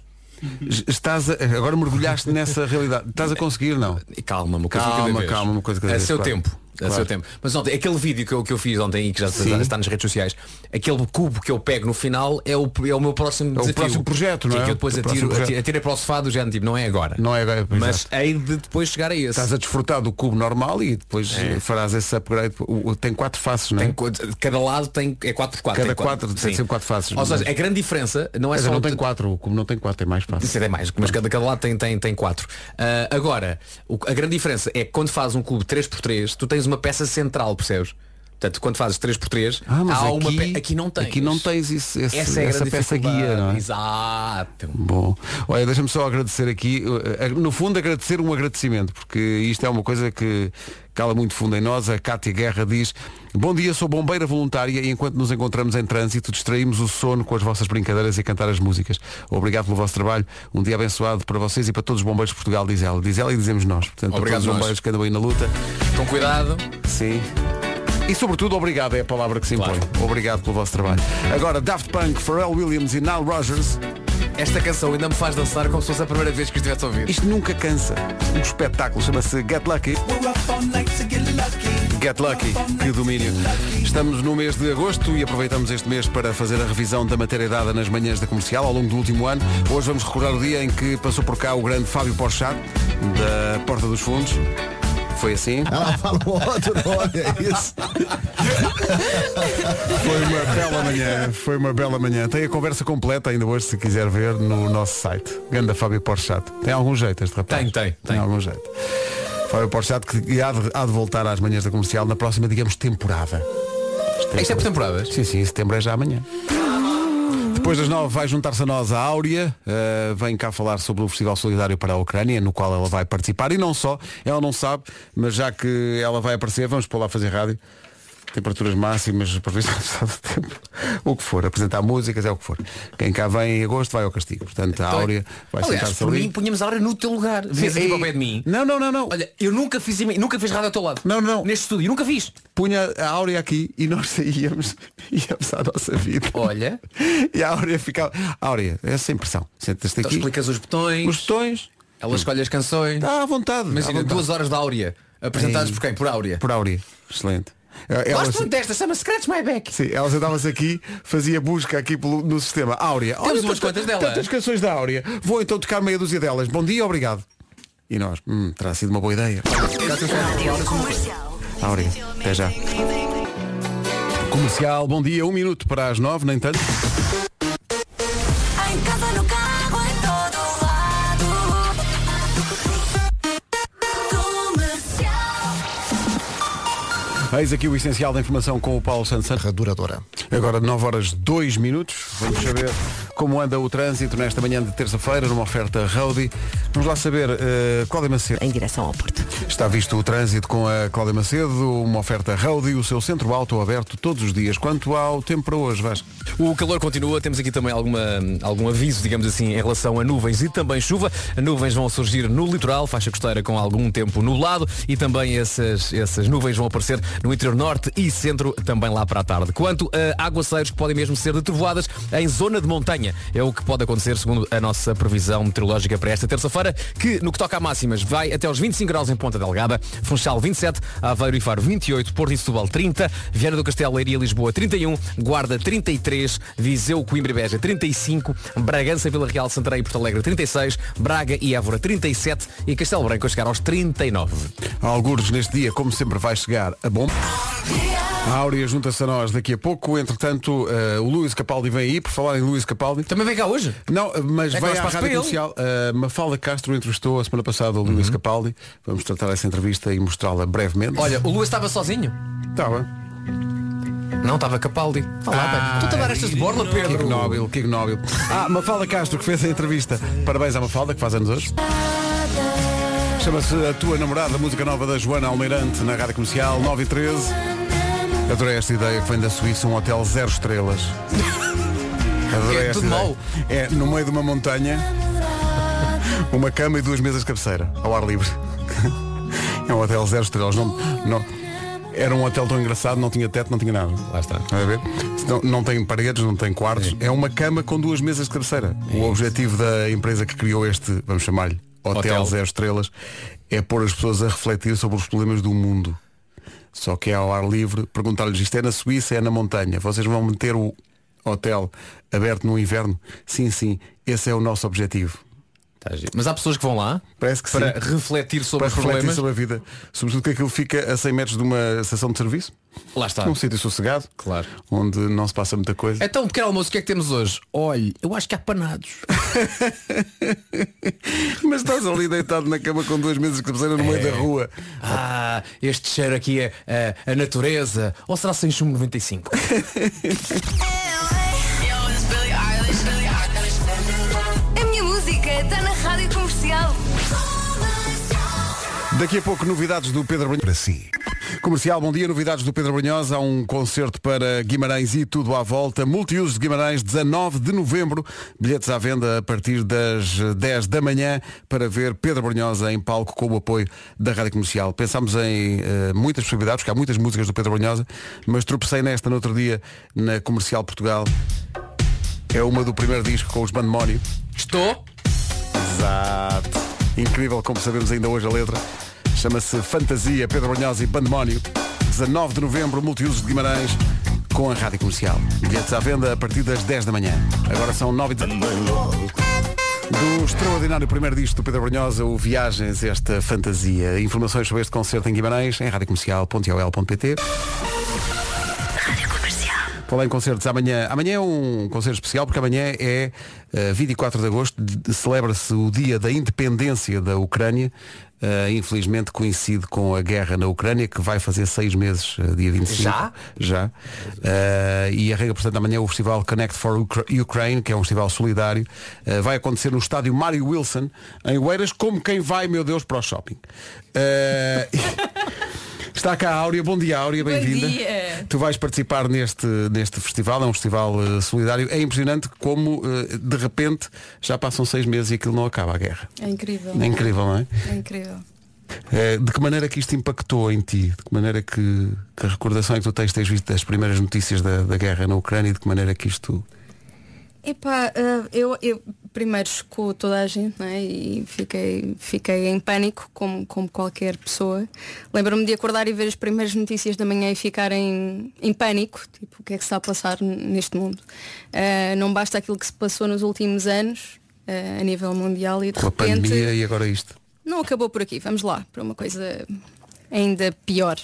Speaker 2: Estás a- agora mergulhaste nessa realidade. Estás a conseguir, não?
Speaker 6: E Calma, uma coisa
Speaker 2: Calma,
Speaker 6: cada vez.
Speaker 2: calma, uma coisa cada
Speaker 6: A
Speaker 2: vez,
Speaker 6: seu
Speaker 2: claro.
Speaker 6: tempo. A
Speaker 2: Claro.
Speaker 6: seu tempo. Mas ontem, aquele vídeo que eu, que eu fiz ontem e que já está, está nas redes sociais, aquele cubo que eu pego no final é o, é o meu próximo
Speaker 2: o
Speaker 6: desafio.
Speaker 2: próximo projeto, não
Speaker 6: Sim,
Speaker 2: é?
Speaker 6: que eu depois
Speaker 2: O próximo
Speaker 6: atiro,
Speaker 2: projeto.
Speaker 6: atiro, atiro para o sofá do género, tipo, não é agora.
Speaker 2: Não é agora,
Speaker 6: Mas
Speaker 2: exato.
Speaker 6: hei de depois chegar a esse.
Speaker 2: Estás a desfrutar do cubo normal e depois eh, farás esse upgrade. O- o- Tem quatro faces, não é?
Speaker 6: É. Tem co- cada lado tem é 4 por 4
Speaker 2: Cada quatro, tem sempre quatro faces.
Speaker 6: Ou seja, a grande diferença não é
Speaker 2: Quer dizer,
Speaker 6: só
Speaker 2: não
Speaker 6: o-
Speaker 2: tem quatro, o cubo não tem quatro, tem mais faces.
Speaker 6: Isso é mais, mas cada, cada lado tem, tem, tem quatro. Ah, agora, o- a grande diferença é que quando fazes um cubo 3x3, tu tens uma peça central, percebes? Portanto, quando fazes 3x3,
Speaker 2: Ah, mas
Speaker 6: há
Speaker 2: aqui,
Speaker 6: uma pe- aqui não tens.
Speaker 2: Aqui não tens isso, esse-
Speaker 6: Essa é a
Speaker 2: essa
Speaker 6: grande
Speaker 2: peça
Speaker 6: dificuldade.
Speaker 2: guia, não é?
Speaker 6: Exato.
Speaker 2: Bom, olha, deixa-me só agradecer aqui, eh, eh, no fundo agradecer um agradecimento, porque isto é uma coisa que cala muito fundo em nós. A Cátia Guerra diz, bom dia, sou bombeira voluntária e enquanto nos encontramos em trânsito, distraímos o sono com as vossas brincadeiras e a cantar as músicas. Obrigado pelo vosso trabalho, um dia abençoado para vocês e para todos os bombeiros de Portugal, diz ela. Diz ela e dizemos nós. Portanto,
Speaker 6: Obrigado
Speaker 2: a todos os
Speaker 6: nós.
Speaker 2: bombeiros que andam aí na luta.
Speaker 6: Com cuidado.
Speaker 2: Sim. E sobretudo obrigado é a palavra que se impõe. Obrigado pelo vosso trabalho. Agora, Daft Punk, Pharrell Williams e Nile Rogers.
Speaker 6: Esta canção ainda me faz dançar como se fosse a primeira vez que estivesse a ouvir.
Speaker 2: Isto nunca cansa. O espetáculo chama-se Get Lucky. Get Lucky, que domínio. Estamos no mês de agosto e aproveitamos este mês para fazer a revisão da matéria dada nas manhãs da comercial ao longo do último ano. Hoje vamos recordar o dia em que passou por cá o grande Fábio Porchat, da Porta dos Fundos. Foi assim.
Speaker 1: Ah, fala o outro, olha isso.
Speaker 2: Foi uma bela manhã, foi uma bela manhã. Tem a conversa completa ainda hoje, se quiser ver, no nosso site. Ganda Fábio Porchat. Tem algum jeito este rapaz?
Speaker 6: Tem, tem, tem.
Speaker 2: algum jeito. Fábio Porchat que há de, há de voltar às manhãs da comercial na próxima, digamos, temporada.
Speaker 6: Isto é por temporadas.
Speaker 2: Sim, sim, setembro é já amanhã. Depois Depois das nove vai juntar-se a nós a Áurea, eh, vem cá falar sobre o Festival Solidário para a Ucrânia, no qual ela vai participar. E não só, ela não sabe, mas já que ela vai aparecer, vamos para lá fazer rádio. Temperaturas máximas, previsões de tempo, o que for, apresentar músicas, é o que for. Quem cá vem em agosto vai ao castigo. Portanto, a Áurea vai
Speaker 6: Então, Aliás,
Speaker 2: sentar-se
Speaker 6: por
Speaker 2: ali. é
Speaker 6: mim, punhamos a hora no teu lugar. Vês aqui
Speaker 2: Ei,
Speaker 6: para o pé de mim.
Speaker 2: Não, não, não, não.
Speaker 6: Olha, eu nunca fiz, ima- nunca fiz rádio ao teu lado.
Speaker 2: Não, não.
Speaker 6: Neste estúdio, nunca fiz. Então
Speaker 2: Punha a Áurea aqui e nós saíamos, íamos à nossa vida.
Speaker 6: Olha.
Speaker 2: E a Áurea ficava. Áurea, é sem pressão. Sentas-te
Speaker 6: Então
Speaker 2: aqui.
Speaker 6: explicas os botões,
Speaker 2: Os botões.
Speaker 6: ela escolhe as canções.
Speaker 2: Está à vontade. à
Speaker 6: Imagina,
Speaker 2: vontade.
Speaker 6: duas horas da Áurea. Apresentadas
Speaker 2: Ei.
Speaker 6: por quem? Por Áurea.
Speaker 2: Por Áurea. Excelente. Eh, Ela,
Speaker 6: Gosto muito desta, chama-se Scratch My Back.
Speaker 2: sim, ela sentava-se aqui, fazia busca aqui pelo, no sistema. Áurea. olha,
Speaker 6: umas
Speaker 2: tantas-
Speaker 6: quantas dela?
Speaker 2: Tantas canções da Áurea. Vou então tocar meia dúzia delas. Bom dia, obrigado. E nós, hum, terá sido uma boa ideia. Áurea, até já. Comercial, bom dia, um minuto para as nove, nem tanto.
Speaker 14: Em casa, no carro, em todo lado. Comercial.
Speaker 2: Eis aqui o essencial da informação com o Paulo Santos. Santos.
Speaker 1: Raduradora.
Speaker 2: Agora 9 horas 2 minutos. Vamos saber como anda o trânsito nesta manhã de terça-feira, numa oferta Roadie. Vamos lá saber, eh, Cláudia Macedo.
Speaker 7: Em direção ao Porto.
Speaker 2: Está visto o trânsito com a Cláudia Macedo, uma oferta Roadie, o seu centro alto aberto todos os dias. Quanto ao tempo para hoje, Vasco?
Speaker 4: O calor continua, temos aqui também alguma, algum aviso, digamos assim, em relação a nuvens e também chuva. Nuvens vão surgir no litoral, faixa costeira com algum tempo nublado e também essas, essas nuvens vão aparecer no interior norte e centro também lá para a tarde. Quanto a aguaceiros que podem mesmo ser de trovoadas em zona de montanha, é o que pode acontecer segundo a nossa previsão meteorológica para esta terça-feira, que no que toca a máximas vai até aos 25 graus em Ponta Delgada, Funchal 27, Aveiro e Faro 28, Porto e Setúbal 30, Viana do Castelo, Leiria e Lisboa 31, Guarda 33, Viseu, Coimbra e Beja 35, Bragança, Vila Real, Santarém e Porto Alegre 36, Braga e Évora 37 e Castelo Branco a chegar aos 39.
Speaker 2: Algures neste dia, como sempre, vai chegar a bom. A Áurea junta-se a nós daqui a pouco. Entretanto, eh, o Luís Capaldi vem aí, por falar em Luís Capaldi.
Speaker 6: Também vem cá hoje?
Speaker 2: Não, mas
Speaker 6: É que
Speaker 2: vai
Speaker 6: nós
Speaker 2: à
Speaker 6: faz para
Speaker 2: rádio
Speaker 6: ele. Uhum.
Speaker 2: comercial. Uh, Mafalda Castro entrevistou a semana passada o Luís Capaldi. Vamos tratar essa entrevista e mostrá-la brevemente. Tá
Speaker 6: Olha, o Luas estava sozinho.
Speaker 2: estava.
Speaker 6: Não, estava Capaldi. Olá, ah, tu também estas de borla,
Speaker 2: Que
Speaker 6: Pedro.
Speaker 2: ignóbil, que ignóbil. Ah, Mafalda Castro que fez a entrevista. Parabéns à Mafalda, que faz anos hoje. Chama-se A Tua Namorada, música nova da Joana Almeirante na Rádio Comercial 9 e 13. Adorei esta ideia, que vem da Suíça, um hotel zero estrelas. Adorei
Speaker 6: É
Speaker 2: esta
Speaker 6: tudo
Speaker 2: ideia.
Speaker 6: mau.
Speaker 2: É no meio de uma montanha, uma cama e duas mesas de cabeceira, ao ar livre. É um hotel zero estrelas. Não, não- era um hotel tão engraçado, não tinha teto, não tinha nada.
Speaker 4: Lá está.
Speaker 2: Estás a ver? Não, não tem paredes, não tem quartos. É. uma cama com duas mesas de cabeceira. o objetivo da empresa que criou este, vamos chamar-lhe, hotel,
Speaker 4: Hotel.
Speaker 2: Zero Estrelas, é pôr as pessoas a refletir sobre os problemas do mundo. Só que é ao ar livre, perguntar-lhes isto é na Suíça, é na montanha. Vocês vão meter o hotel aberto no inverno? Sim, sim, esse é o nosso objetivo.
Speaker 6: Tá giro. Mas há pessoas que vão lá
Speaker 2: Parece que
Speaker 6: para
Speaker 2: sim.
Speaker 6: refletir sobre
Speaker 2: Para
Speaker 6: os
Speaker 2: refletir
Speaker 6: problemas.
Speaker 2: sobre a vida. Sobretudo que aquilo fica a 100 metros de uma estação de serviço,
Speaker 6: Lá está.
Speaker 2: num sítio sossegado,
Speaker 6: Claro.
Speaker 2: onde não se passa muita coisa.
Speaker 6: Então, pequeno almoço, o que é que temos hoje? Olhe, eu acho que há panados.
Speaker 2: Mas estás ali deitado na cama com duas mesas de cabeceira no meio
Speaker 6: É.
Speaker 2: da rua.
Speaker 6: Ah, este cheiro aqui é é, a, natureza. Ou será sem chumbo 95?
Speaker 14: A minha música está na rádio comercial.
Speaker 2: Daqui a pouco novidades do Pedro Brunhosa.
Speaker 1: Para si.
Speaker 2: Comercial, bom dia, novidades do Pedro Brunhosa. Há um concerto para Guimarães e tudo à volta. Multiuso de Guimarães, 19 de novembro. Bilhetes à venda a partir das eh, 10 da manhã para ver Pedro Brunhosa em palco com o apoio da Rádio Comercial. Pensámos em eh, muitas possibilidades, porque há muitas músicas do Pedro Brunhosa, mas tropecei nesta no outro dia na Comercial Portugal. É uma do primeiro disco com os Bandemónio.
Speaker 6: Estou.
Speaker 2: Exato. Incrível como sabemos ainda hoje a letra. Chama-se Fantasia, Pedro Brunhosa e Pandemónio. 19 de novembro, multiusos de Guimarães, com a Rádio Comercial. Bilhetes à venda a partir das 10 da manhã. Agora são 9 e 19. Do extraordinário primeiro disco do Pedro Brunhosa, o Viagens, esta fantasia. Informações sobre este concerto em Guimarães, em radiocomercial.ol.pt. Falei em concertos amanhã. Amanhã é um concerto especial porque amanhã é eh, 24 de agosto, de- celebra-se o Dia da Independência da Ucrânia. eh, infelizmente coincide com a guerra na Ucrânia, que vai fazer seis meses, eh, dia 25.
Speaker 6: Já?
Speaker 2: Já. Eh, e arranca, portanto, amanhã o festival Connect for Ucra- Ukraine, que é um festival solidário. eh, vai acontecer no estádio Mário Wilson, em Oeiras, como quem vai, meu Deus, para o shopping. Eh, Está cá a Áurea, bom dia Áurea,
Speaker 11: Bom
Speaker 2: bem-vinda.
Speaker 11: dia.
Speaker 2: Tu vais participar neste, neste festival, é um festival eh, solidário. É impressionante como eh, de repente já passam seis meses e aquilo não acaba a guerra.
Speaker 11: É incrível.
Speaker 2: É incrível, não é?
Speaker 11: É incrível.
Speaker 2: Eh, de que maneira que isto impactou em ti? De que maneira que, que recordação é que tu tens, tens visto das primeiras notícias da, da guerra na Ucrânia e de que maneira que isto.
Speaker 11: Epá, ah, eu, eu primeiro chocou toda a gente né? e fiquei, fiquei em pânico, como, como qualquer pessoa. Lembro-me de acordar e ver as primeiras notícias da manhã e ficar em, em pânico, tipo, o que é que se está a passar n- neste mundo. Ah, não basta aquilo que se passou nos últimos anos, ah, a nível mundial, e de
Speaker 2: com a
Speaker 11: repente
Speaker 2: pandemia e agora isto?
Speaker 11: não acabou por aqui. Vamos lá, para uma coisa ainda pior,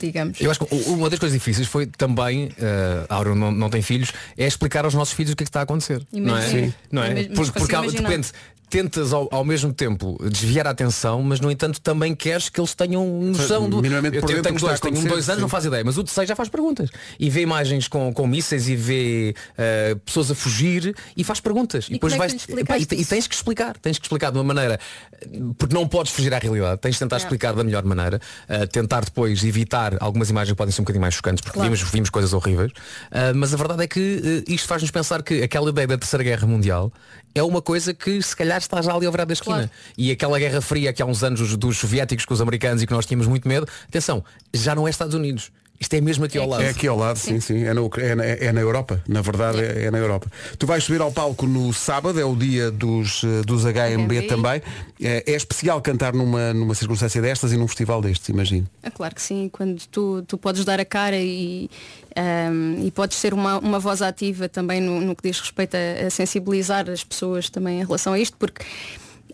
Speaker 11: digamos.
Speaker 4: Eu acho que u- uma das coisas difíceis foi também, eh, a Áureo não, não tem filhos, é explicar aos nossos filhos o que é que está a acontecer.
Speaker 11: Imagina.
Speaker 4: Não é?
Speaker 6: assim,
Speaker 11: Sim.
Speaker 4: Não é?
Speaker 11: Imagina,
Speaker 4: Porque,
Speaker 11: consigo
Speaker 4: porque há- de
Speaker 11: imaginar.
Speaker 4: repente tentas ao, ao mesmo tempo desviar a atenção, mas no entanto também queres que eles tenham noção do.
Speaker 2: minimamente
Speaker 4: Eu
Speaker 2: por
Speaker 4: tenho,
Speaker 2: dentro
Speaker 4: tenho
Speaker 2: do que está
Speaker 4: dois,
Speaker 2: a
Speaker 4: tenho um
Speaker 2: acontecer,
Speaker 4: dois anos,
Speaker 2: sim.
Speaker 4: não faz ideia, mas o de seis já faz perguntas. E vê imagens com, com mísseis e vê eh, pessoas a fugir e faz perguntas. E, depois
Speaker 6: como é
Speaker 4: vais.
Speaker 6: que lhe explicaste
Speaker 4: e, e tens que explicar, tens que explicar de uma maneira, eh, porque não podes fugir à realidade, tens de tentar
Speaker 6: Yeah.
Speaker 4: explicar explicar da melhor maneira, uh, tentar depois evitar algumas imagens que podem ser um bocadinho mais chocantes, porque
Speaker 6: Claro.
Speaker 4: vimos, vimos coisas horríveis, uh, mas a verdade é que uh, isto faz-nos pensar que aquela ideia da Terceira Guerra Mundial é uma coisa que se calhar está já ali ao virar da esquina. E aquela Guerra Fria que há uns anos os- dos soviéticos com os americanos e que nós tínhamos muito medo, atenção, já não é Estados Unidos. Isto é mesmo aqui ao lado.
Speaker 2: É aqui ao lado, sim, sim. É, na, Ucra- é na- é na Europa. Na verdade, é, é na Europa. Tu vais subir ao palco no sábado, é o dia dos, eh, dos HMB
Speaker 11: HMB.
Speaker 2: também. É, é especial cantar numa, numa circunstância destas e num festival destes, imagino.
Speaker 11: É claro que sim, quando tu, tu podes dar a cara e, ahm, e podes ser uma, uma voz ativa também no, no que diz respeito a, a sensibilizar as pessoas também em relação a isto, porque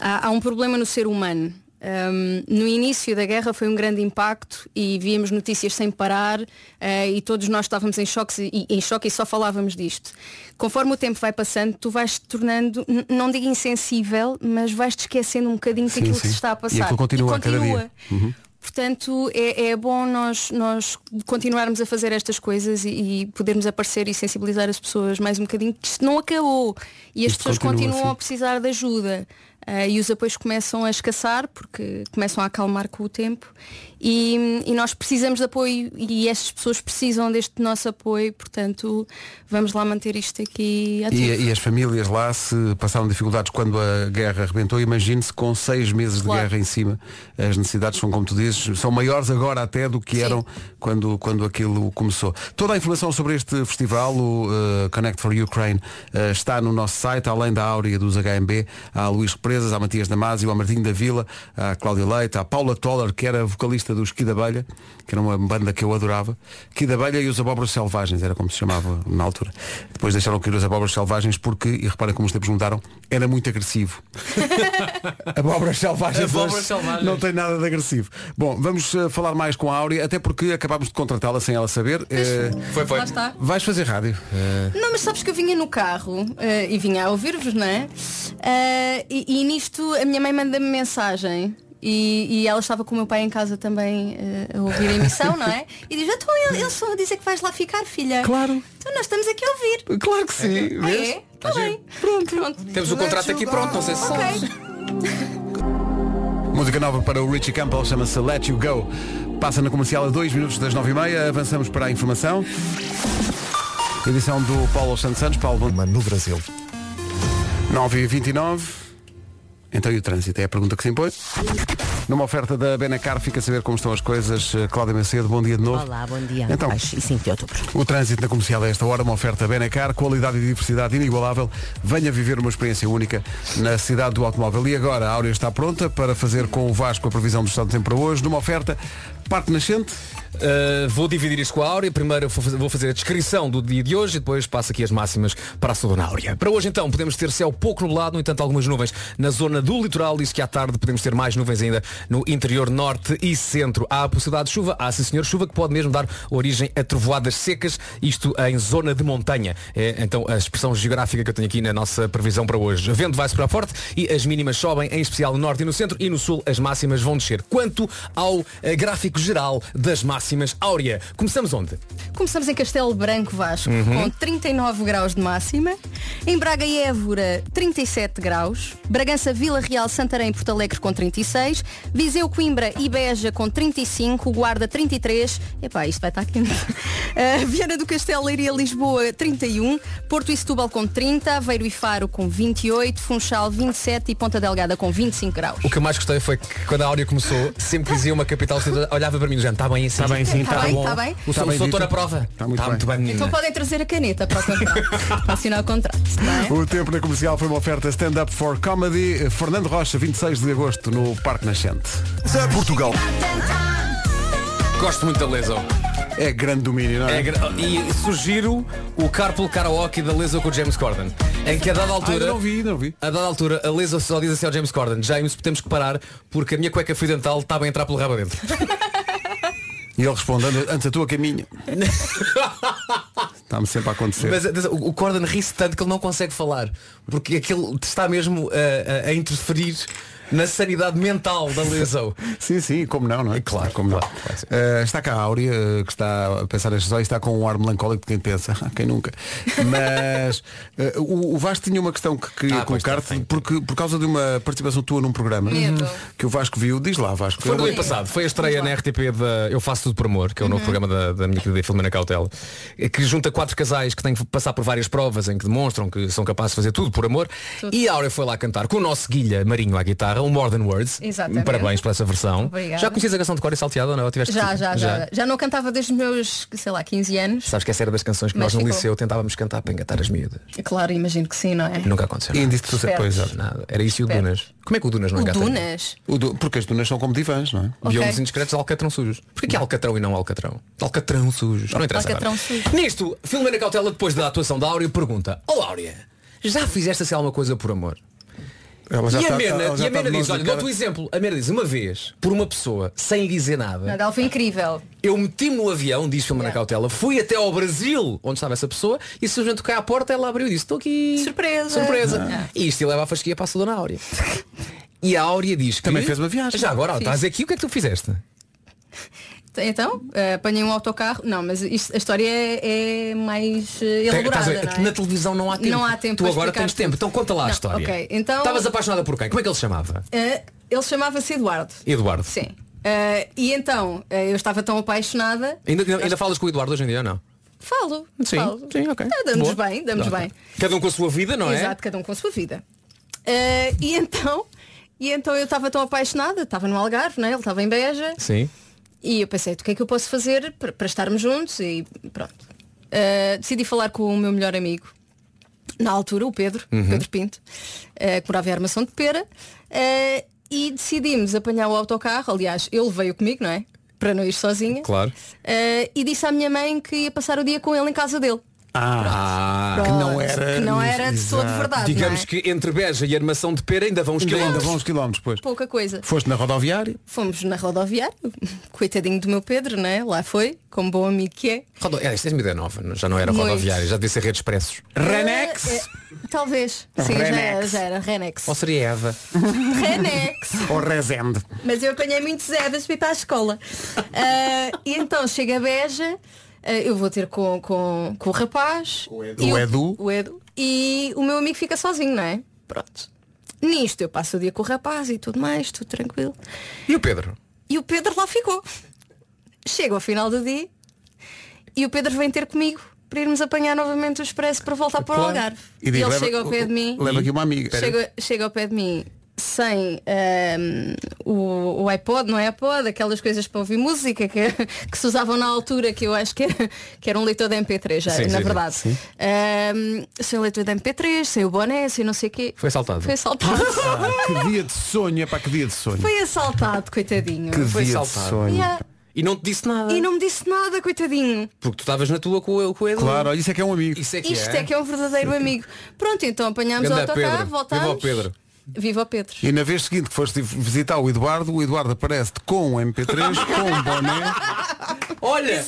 Speaker 11: há, há um problema no ser humano. Ahm, no início da guerra foi um grande impacto e víamos notícias sem parar ah, e todos nós estávamos em choque, e, em choque e só falávamos disto. Conforme o tempo vai passando, tu vais te tornando, n- não digo insensível, mas vais-te esquecendo um bocadinho
Speaker 2: Sim,
Speaker 11: daquilo
Speaker 2: sim.
Speaker 11: que se está a
Speaker 2: E é
Speaker 11: passar.
Speaker 2: aquilo continua a cada
Speaker 11: continua.
Speaker 2: dia. Uhum.
Speaker 11: Portanto, é, é bom nós, nós continuarmos a fazer estas coisas e, e podermos aparecer e sensibilizar as pessoas mais um bocadinho, que isto não acabou e as
Speaker 15: Isto
Speaker 11: pessoas
Speaker 15: continua,
Speaker 11: continuam
Speaker 15: sim.
Speaker 11: a precisar de ajuda. Ah, e os apoios começam a escassar porque começam a acalmar com o tempo e, e nós precisamos de apoio e estas pessoas precisam deste nosso apoio, portanto vamos lá manter isto aqui ativo.
Speaker 2: E, e as famílias lá se passaram dificuldades quando a guerra arrebentou. Imagine-se com seis meses de guerra em cima. As necessidades são, como tu dizes, são maiores agora até do que eram quando, quando aquilo começou. Toda a informação sobre este festival, o eh, Connect for Ukraine, eh, está no nosso site, além da Áurea dos HMB, há a Luís Represas, há Matias Damasio, há Martinho da Vila, há Cláudia Leite, há Paula Toller, que era vocalista dos Kid Abelha, que era uma banda que eu adorava. Kid Abelha e os Abóboras Selvagens, era como se chamava na altura. Depois deixaram cair os Abóboras Selvagens porque, e repara como os tempos mudaram, era muito agressivo. Abóboras Selvagens.
Speaker 6: Abóboras
Speaker 2: hoje
Speaker 6: selvagens.
Speaker 2: Não tem nada de agressivo. Bom, vamos eh, falar mais com a Áurea, até porque acabámos de contratá-la sem ela saber. Eh,
Speaker 11: Foi, foi. Lá está.
Speaker 2: Vais fazer rádio.
Speaker 11: Não, mas sabes que eu vinha no carro eh, e vinha a ouvir-vos, não é? Eh, e, e nisto a minha mãe manda-me mensagem. E, e ela estava com o meu pai em casa também eh, a ouvir a emissão, não é? E diz, então ele, ele só a dizer que vais lá ficar, filha. Claro. Então nós estamos aqui a ouvir.
Speaker 2: Claro que sim.
Speaker 11: Ah,
Speaker 2: vês?
Speaker 11: é? Está bem. Pronto. Pronto.
Speaker 6: Temos o contrato aqui pronto, não sei se
Speaker 11: Ok.
Speaker 2: Música nova para o Richie Campbell chama-se Let You Go. Passa na comercial a 2 minutos das 9h30. Avançamos para a informação. Edição do Paulo Santos Santos. Paulo No Brasil. 9h29. Então e o trânsito? É a pergunta que se impõe. Numa oferta da Benacar, fica a saber como estão as coisas. Eh, Cláudia Macedo, bom dia de novo.
Speaker 7: Olá, bom dia.
Speaker 2: Então.
Speaker 7: Paz e 5 de outubro.
Speaker 2: O trânsito na comercial a esta hora, uma oferta Benacar, qualidade e diversidade inigualável. Venha viver uma experiência única na cidade do automóvel. E agora a Áurea está pronta para fazer com o Vasco a previsão do estado do tempo para hoje, numa oferta parte nascente.
Speaker 6: Uh, vou dividir isto com a Áurea. Primeiro eu vou fazer- vou fazer a descrição do dia de hoje e depois passo aqui as máximas para a Sodona Áurea. Para hoje então podemos ter céu pouco nublado, no entanto algumas nuvens na zona do litoral. Diz que à tarde podemos ter mais nuvens ainda no interior norte e centro. Há a possibilidade de chuva, há sim senhor, chuva que pode mesmo dar origem a trovoadas secas, isto em zona de montanha. É, então a expressão geográfica que eu tenho aqui na nossa previsão para hoje. Vento vai superar forte e as mínimas sobem, em especial no norte e no centro, e no sul as máximas vão descer. Quanto ao eh, gráfico geral das máximas, Áurea, começamos onde?
Speaker 11: Começamos em Castelo Branco Vasco,
Speaker 6: Uhum.
Speaker 11: com 39 graus de máxima. Em Braga e Évora, 37 graus. Bragança, Vila Real, Santarém e Porto Alegre com 36. Viseu, Coimbra e Beja com 35. Guarda, 33. Epá, isto vai estar quente. Uh, Viana do Castelo, Leiria, Lisboa, 31. Porto e Setúbal com 30. Aveiro e Faro com 28. Funchal, 27. E Ponta Delgada com 25 graus.
Speaker 16: O que eu mais gostei foi que quando a Áurea começou, sempre que dizia uma capital, olhava para mim dizendo, está bem assim. Está bem
Speaker 11: sim, Tá tá bem, bom." tá bem.
Speaker 16: O
Speaker 11: Tá
Speaker 16: sou
Speaker 11: bem
Speaker 16: sou
Speaker 11: dito.
Speaker 16: doutor à prova. Está Tá
Speaker 6: Tá
Speaker 16: muito, bem.
Speaker 11: Então podem trazer a caneta para o contrato. para assinar o contrato. não é?
Speaker 2: O tempo na comercial foi uma oferta stand-up for comedy. Fernando Rocha, 26 de agosto, no Parque Nascente. Portugal.
Speaker 16: Gosto muito da Leso.
Speaker 2: É grande domínio, não é?
Speaker 16: É gra- e sugiro o Carpool Karaoke da Leso com o James Corden. Em que a dada altura.
Speaker 2: Ah, eu não vi, não vi.
Speaker 16: A dada altura, a Leso só diz assim ao James Corden, James, temos que parar porque a minha cueca fio dental estava a entrar pelo rabo dentro.
Speaker 2: E ele respondendo, antes a tua caminho. Está-me sempre a acontecer.
Speaker 16: Mas atenção, o o Corden ri-se tanto que ele não consegue falar. Porque aquilo está mesmo a, a- a interferir na sanidade mental da lesão.
Speaker 2: Sim, sim, como não, não é? Claro, como não. Eh, está cá a Áurea, eh, que está a pensar nestas horas, e está com um ar melancólico de quem pensa, "Ah, quem nunca. Mas eh, o, o Vasco tinha uma questão que
Speaker 6: Ah,
Speaker 2: queria colocar-te, porque por causa de uma participação tua num programa
Speaker 16: Medo.
Speaker 2: que o Vasco viu, diz lá, Vasco.
Speaker 6: Foi no
Speaker 2: Eu-
Speaker 6: ano passado, foi a estreia na RTP da Eu Faço Tudo por Amor, que é o novo
Speaker 2: Uhum.
Speaker 6: programa da, da minha querida Filomena Cautela, eh, que junta quatro casais que têm que passar por várias provas em que demonstram que são capazes de fazer tudo por amor. E a Áurea foi lá cantar com o nosso Guilha Marinho à guitarra, um More Than Words.
Speaker 11: Exatamente.
Speaker 6: Parabéns por essa versão.
Speaker 11: Obrigada.
Speaker 6: Já conhecias a canção de Cor e Salteado ou não? Ou tiveste
Speaker 11: Já,
Speaker 6: que-
Speaker 11: já, já. Já não cantava desde os meus, sei lá, 15 anos.
Speaker 6: Sabes que essa era das canções que nós
Speaker 11: Mas
Speaker 6: no
Speaker 11: ficou.
Speaker 6: liceu tentávamos cantar para engatar as miúdas.
Speaker 11: Claro, imagino que sim, não é?
Speaker 6: Nunca aconteceu. E
Speaker 2: disse que tu
Speaker 11: Espertos. pois,
Speaker 2: é.
Speaker 6: nada. Era isso e o
Speaker 11: Espertos.
Speaker 6: Dunas. Como é que o Dunas não
Speaker 11: O
Speaker 6: engata?
Speaker 11: Dunas?
Speaker 2: O du- Porque as dunas são como divãs, não é?
Speaker 11: Ok. Biombos
Speaker 6: indiscretos, alcatrão sujos. Porquê que é alcatrão e não alcatrão? Alcatrão sujos. Não interessa.
Speaker 11: Alcatrão
Speaker 6: agora. Nisto, Filomena Cautela, depois da atuação da Áurea, pergunta Ó Áurea, já fizeste assim alguma coisa por amor?
Speaker 2: Ela já
Speaker 6: e a
Speaker 2: está-
Speaker 6: Mena,
Speaker 2: ela já
Speaker 6: e a
Speaker 2: está
Speaker 6: Mena
Speaker 2: de mãos
Speaker 6: diz,
Speaker 2: na
Speaker 6: olha,
Speaker 2: cara.
Speaker 6: dou-te um exemplo. A Mena diz, uma vez, por uma pessoa, sem dizer nada,
Speaker 11: Nada, É. ela foi incrível.
Speaker 6: eu meti-me no avião, diz Filomena Cautela, fui até ao Brasil, onde estava essa pessoa, e simplesmente toquei à porta, ela abriu e disse, estou aqui.
Speaker 11: Surpresa.
Speaker 6: Surpresa.
Speaker 11: Ah.
Speaker 6: E isto leva a fasquia para a Dona Áurea. E a Áurea diz que...
Speaker 2: Também fez uma viagem.
Speaker 6: Já agora, ó,
Speaker 11: Fiz.
Speaker 6: estás aqui, o que é que tu fizeste?
Speaker 11: Então, eh, apanhei um autocarro. Não, mas isto- a história é, é mais eh,
Speaker 6: Tem-
Speaker 11: elaborada.
Speaker 6: estás a ver,
Speaker 11: não é?
Speaker 6: Na televisão não há tempo.
Speaker 11: Não há tempo
Speaker 6: Tu
Speaker 11: para
Speaker 6: agora
Speaker 11: explicar
Speaker 6: tens tempo,
Speaker 11: tudo.
Speaker 6: então conta lá a
Speaker 11: Não,
Speaker 6: história.
Speaker 11: ok, então-
Speaker 6: Estavas apaixonada por quem? Como é que ele se chamava?
Speaker 11: Eh, ele chamava-se Eduardo.
Speaker 6: Eduardo.
Speaker 11: Sim. Eh, e então, eh, eu estava tão apaixonada.
Speaker 6: Ainda, ainda falas com o Eduardo hoje em dia ou não?
Speaker 11: Falo.
Speaker 6: Sim,
Speaker 11: falo.
Speaker 6: sim, ok.
Speaker 11: Ah, damos
Speaker 6: Boa.
Speaker 11: bem, damos
Speaker 6: Ok.
Speaker 11: bem.
Speaker 6: Cada um com a sua vida, não é?
Speaker 11: Exato, cada um com a sua vida. Eh, e então, e então eu estava tão apaixonada, estava no Algarve, né? ele estava em Beja,
Speaker 6: Sim.
Speaker 11: e eu pensei, o que é que eu posso fazer para, para estarmos juntos? E pronto. Eh, decidi falar com o meu melhor amigo, na altura, o Pedro,
Speaker 17: Uhum.
Speaker 11: Pedro Pinto, eh, que morava em Armação de Pera, eh, e decidimos apanhar o autocarro, aliás, ele veio comigo, não é? Para não ir sozinha.
Speaker 6: Claro.
Speaker 11: Eh, e disse à minha mãe que ia passar o dia com ele em casa dele.
Speaker 2: Ah,
Speaker 11: Pronto. Que não era de pessoa de verdade, não
Speaker 6: Digamos
Speaker 11: é?
Speaker 6: que entre Beja e Armação de Pera ainda vão uns
Speaker 2: Ainda-
Speaker 6: quilómetros.
Speaker 2: ainda vão uns quilómetros, pois.
Speaker 11: Pouca coisa.
Speaker 2: Foste na rodoviária?
Speaker 11: Fomos na rodoviária, coitadinho do meu Pedro, né? Lá foi, como bom amigo que é.
Speaker 6: Rodo... É, isto é uma ideia nova, não- já não era
Speaker 11: Muito.
Speaker 6: rodoviária, já devia ser redes expressos.
Speaker 11: Eh,
Speaker 6: Eh,
Speaker 11: Renex? Ah, é, talvez. Sim, já era,
Speaker 6: Renex.
Speaker 11: já era Renex.
Speaker 6: Ou seria Eva?
Speaker 11: Renex.
Speaker 2: Ou Rezende.
Speaker 11: Mas eu apanhei muitos Evas para ir para a escola. Ah, e então chega a Beja, ah, eu vou ter com, com, com o rapaz. O
Speaker 2: Edu. O Edu.
Speaker 11: O Edu. E o meu amigo fica sozinho, não é? Pronto. Nisto eu passo o dia com o rapaz e tudo mais, tudo tranquilo.
Speaker 6: E o Pedro?
Speaker 11: E o Pedro lá ficou. Chega ao final do dia e o Pedro vem ter comigo para irmos apanhar novamente o expresso para voltar para o Algarve. E,
Speaker 2: diz,
Speaker 11: ele
Speaker 2: leva-
Speaker 11: chega ao pé de mim.
Speaker 2: Leva aqui uma amiga.
Speaker 11: Chega, chega ao pé de mim sem ahm, o, o iPod, não é iPod, aquelas coisas para ouvir música que, que se usavam na altura, que eu acho que era, que era um leitor de MP3, já,
Speaker 6: Sim,
Speaker 11: na
Speaker 6: sim,
Speaker 11: verdade.
Speaker 6: sim.
Speaker 11: Ahm, sem o leitor de MP3, sem o boné, sem não sei o quê.
Speaker 2: Foi assaltado.
Speaker 11: Foi assaltado.
Speaker 2: Ah, que dia de sonho, é para que dia de sonho.
Speaker 11: Foi assaltado, coitadinho.
Speaker 2: Que dia de sonho.
Speaker 11: Yeah.
Speaker 6: E não te disse nada.
Speaker 2: Ah.
Speaker 11: E não me disse nada, coitadinho.
Speaker 6: Porque tu estavas na tua com, o- com o Edu.
Speaker 2: Claro, isso é que é um amigo.
Speaker 6: Isso é que
Speaker 11: Isto
Speaker 6: é.
Speaker 11: é que é um verdadeiro amigo. Pronto, então apanhámos o
Speaker 2: Ganda
Speaker 11: autocarro,
Speaker 2: Pedro.
Speaker 11: voltámos.
Speaker 2: Viva o Pedro.
Speaker 11: Viva o Pedro.
Speaker 2: E na vez seguinte que foste visitar o Eduardo, o Eduardo aparece-te com um MP3, com um boné.
Speaker 6: Olha,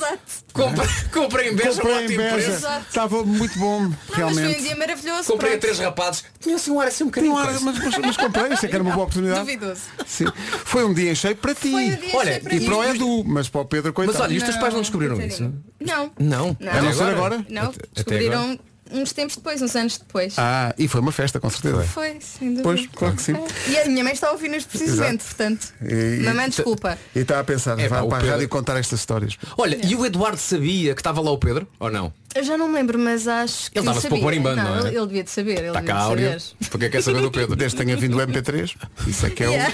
Speaker 6: compra- comprei em Beja,
Speaker 2: Comprei
Speaker 6: um ótimo
Speaker 2: em Beja.
Speaker 6: preço.
Speaker 2: Estava muito bom,
Speaker 11: Mas foi um
Speaker 2: realmente.
Speaker 11: dia maravilhoso.
Speaker 6: Comprei a
Speaker 11: pronto.
Speaker 6: três rapazes. Tinha assim um ar assim um bocadinho.
Speaker 2: Tinha um ar,
Speaker 6: coisa.
Speaker 2: mas- mas- mas comprei, isso é que era uma boa oportunidade.
Speaker 11: Duvidoso.
Speaker 2: Sim. Foi um dia em cheio para ti.
Speaker 11: Foi um dia em
Speaker 2: olha,
Speaker 11: cheio para
Speaker 2: e
Speaker 11: mim.
Speaker 2: para o Edu, mas para o Pedro, coitado.
Speaker 6: Mas olha, e os teus pais não descobriram isso? né?
Speaker 11: Não.
Speaker 6: Não.
Speaker 11: Não.
Speaker 2: A não ser agora?
Speaker 11: Não,
Speaker 2: Até- até
Speaker 11: descobriram uns tempos depois, uns anos depois.
Speaker 2: Ah, e foi uma festa, com certeza.
Speaker 11: Foi, sem dúvida. É.
Speaker 2: Pois, claro que sim.
Speaker 11: E a minha mãe está a ouvir-nos precisamente, portanto.
Speaker 2: E- e-
Speaker 11: Mamãe, desculpa.
Speaker 2: E está a pensar,
Speaker 6: É,
Speaker 2: vai
Speaker 6: pá, o
Speaker 2: para a
Speaker 6: Pedro-
Speaker 2: rádio contar estas histórias.
Speaker 6: Olha, e o Eduardo sabia que estava lá o Pedro? Ou não?
Speaker 11: Eu já não me lembro, mas acho que.
Speaker 6: Ele estava-se
Speaker 11: sabia.
Speaker 6: pouco marimbando,
Speaker 11: não,
Speaker 6: não é?
Speaker 11: Ele, ele devia de saber.
Speaker 2: Tá
Speaker 11: Ele
Speaker 6: Está
Speaker 11: devia
Speaker 6: cá
Speaker 11: de
Speaker 6: áudio.
Speaker 11: saber.
Speaker 2: é
Speaker 6: Porque quer saber do Pedro?
Speaker 2: Desde que tenha vindo o MP3, isso é que é o.
Speaker 11: Yeah.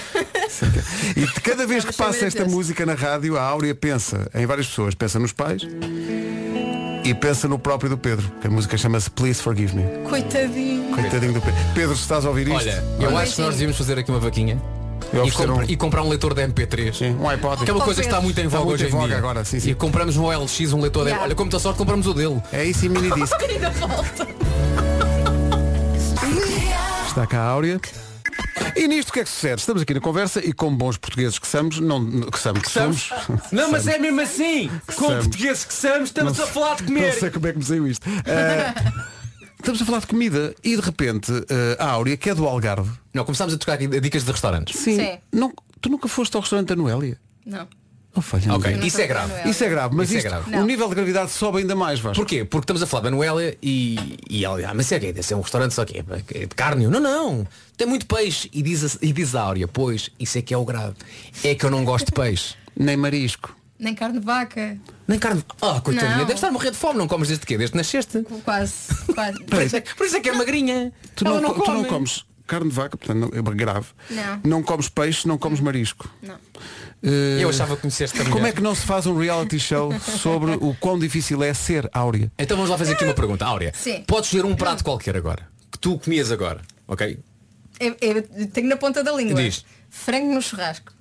Speaker 2: E de cada vez que passa esta música na rádio, a Áurea pensa em várias pessoas. Pensa nos pais e pensa no próprio do Pedro. que A música chama-se Please Forgive Me.
Speaker 11: Coitadinho.
Speaker 2: Coitadinho do Pedro. Pedro, se estás a ouvir isto.
Speaker 6: Olha, eu acho que nós devíamos fazer aqui uma vaquinha.
Speaker 2: Eu
Speaker 6: E,
Speaker 2: oferecer
Speaker 6: compra-
Speaker 2: um-
Speaker 6: e comprar um leitor de MP3.
Speaker 2: um iPod.
Speaker 6: Que é uma coisa que está muito em
Speaker 2: Está
Speaker 6: voga
Speaker 2: muito
Speaker 6: hoje
Speaker 2: em
Speaker 6: em
Speaker 2: voga
Speaker 6: dia.
Speaker 2: agora, sim, sim.
Speaker 6: E compramos um OLX, um leitor
Speaker 11: Yeah.
Speaker 6: de... Olha, como está sorte, compramos o dele.
Speaker 2: É isso e mini disco.
Speaker 11: Ainda falta.
Speaker 2: Está cá a Áurea. E nisto o que é que sucede? Estamos aqui na conversa e como bons portugueses que somos, não, que somos, que somos,
Speaker 4: Não, mas é mesmo assim. Com
Speaker 2: Somos.
Speaker 4: portugueses que somos, estamos
Speaker 2: Não
Speaker 4: a falar de
Speaker 2: Não
Speaker 4: comer.
Speaker 2: sei como é que me saiu isto. Ah, estamos a falar de comida e de repente ah, a Áurea, que é do Algarve.
Speaker 6: Não, começámos a tocar aqui dicas de restaurantes.
Speaker 2: Sim.
Speaker 11: Sim.
Speaker 2: Não, tu nunca foste ao restaurante da Noélia?
Speaker 11: Não.
Speaker 2: Oh, falha
Speaker 6: Ok,
Speaker 2: Noélia.
Speaker 6: isso é grave.
Speaker 2: Isso é grave, mas
Speaker 6: Isso é
Speaker 2: isto-
Speaker 6: grave.
Speaker 2: o nível de gravidade sobe ainda mais, Vasco.
Speaker 6: Porquê? Porque estamos a falar da Noélia e, e ela ah, mas é que é um restaurante só que é de carne. Eu, Não, não. Tem muito peixe. E diz, a, e diz a Áurea, pois, isso é que é o grave. É que eu não gosto de peixe.
Speaker 2: Nem marisco.
Speaker 11: Nem carne de vaca.
Speaker 6: Nem carne. Ah, coitadinha,
Speaker 11: Não.
Speaker 6: deve estar a morrer de fome. Não comes desde quê? Desde que nasceste.
Speaker 11: Quase. Quase.
Speaker 6: Por isso, é, por isso é que é magrinha.
Speaker 2: Tu
Speaker 6: Ela
Speaker 2: não, co- tu não
Speaker 6: come.
Speaker 2: comes carne de vaca, portanto não, é grave.
Speaker 11: Não.
Speaker 2: comes peixe, não comes marisco.
Speaker 11: Não.
Speaker 2: Eh,
Speaker 6: Eu achava que conheceste a
Speaker 2: Como
Speaker 6: mulher.
Speaker 2: é que não se faz um reality show sobre o quão difícil é ser Áurea?
Speaker 6: Então vamos lá fazer aqui uma pergunta. Áurea,
Speaker 11: Sim.
Speaker 6: podes ver um prato qualquer agora. Que tu comias agora. Ok?
Speaker 11: Eu, eu tenho na ponta da língua.
Speaker 6: Diz.
Speaker 11: Frango no churrasco.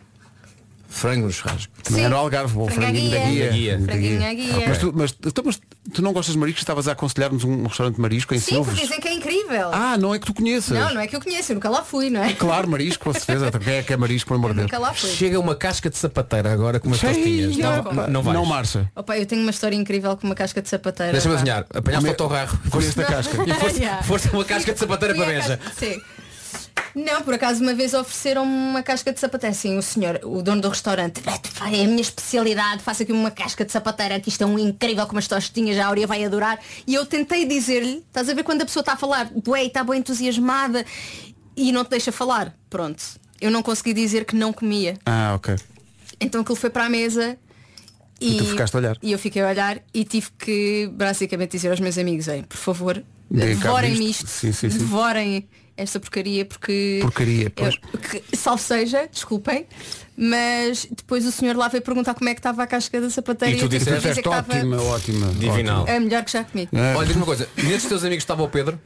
Speaker 6: Frango no churrasco.
Speaker 2: Também
Speaker 11: Sim.
Speaker 2: era o Algarve, bom,
Speaker 11: Frango à
Speaker 2: franguinho da
Speaker 11: guia.
Speaker 2: guia. Ah,
Speaker 6: Guia.
Speaker 11: Franguinho à guia.
Speaker 2: Mas, tu, mas, então, mas tu não gostas de marisco? Estavas a aconselhar-nos um restaurante de marisco em
Speaker 11: Sim, porque
Speaker 2: Silves?
Speaker 11: dizem que é incrível.
Speaker 2: Ah, não é que tu conheças.
Speaker 11: não, não é que eu conheço, eu nunca lá fui, não é?
Speaker 2: Claro, marisco, com certeza. Quem é que é marisco, por amor de Deus?
Speaker 11: Nunca lá fui.
Speaker 6: Chega uma casca de sapateira agora com umas
Speaker 2: Cheia,
Speaker 6: tostinhas. Não,
Speaker 2: pá.
Speaker 6: não, não vais.
Speaker 2: Não marcha.
Speaker 11: Opa, eu tenho uma história incrível com uma casca de sapateira.
Speaker 6: Deixa-me
Speaker 11: pá.
Speaker 6: adivinhar. Apanhaste o autogarro.
Speaker 2: Comeste a casca.
Speaker 6: E foste,
Speaker 11: Yeah.
Speaker 6: foste uma casca de sapateira
Speaker 11: Fui
Speaker 6: para
Speaker 11: à
Speaker 6: Beja.
Speaker 11: casca- Sim. Não, por acaso uma vez ofereceram-me uma casca de sapateira. Sim, o senhor, o dono do restaurante, "Ah, pá, é a minha especialidade, faça aqui uma casca de sapateira, que isto é um incrível com umas tostinhas, a Áurea vai adorar. E eu tentei dizer-lhe, estás a ver quando a pessoa está a falar, doei, está bem entusiasmada e não te deixa falar. Pronto. Eu não consegui dizer que não comia.
Speaker 2: Ah, ok.
Speaker 11: Então aquilo foi para a mesa
Speaker 2: E tu ficaste a olhar.
Speaker 11: E eu fiquei a olhar e tive que basicamente dizer aos meus amigos, "Ei, por favor,
Speaker 2: Deem cabo
Speaker 11: devorem
Speaker 2: disto."
Speaker 11: isto,
Speaker 2: Sim, sim, sim.
Speaker 11: devorem esta porcaria porque.
Speaker 2: Porcaria, pois.
Speaker 11: Eu- que- salve seja, desculpem, mas depois o senhor lá veio perguntar como é que estava a casca da sapateira
Speaker 6: E tu
Speaker 11: eu tive que
Speaker 6: disseste,
Speaker 11: dizer que estava
Speaker 2: é ótima, Ah, ótima.
Speaker 6: Divinal.
Speaker 11: a melhor que já comi.
Speaker 6: Olha, diz-me uma coisa. Nesses teus amigos estava o Pedro?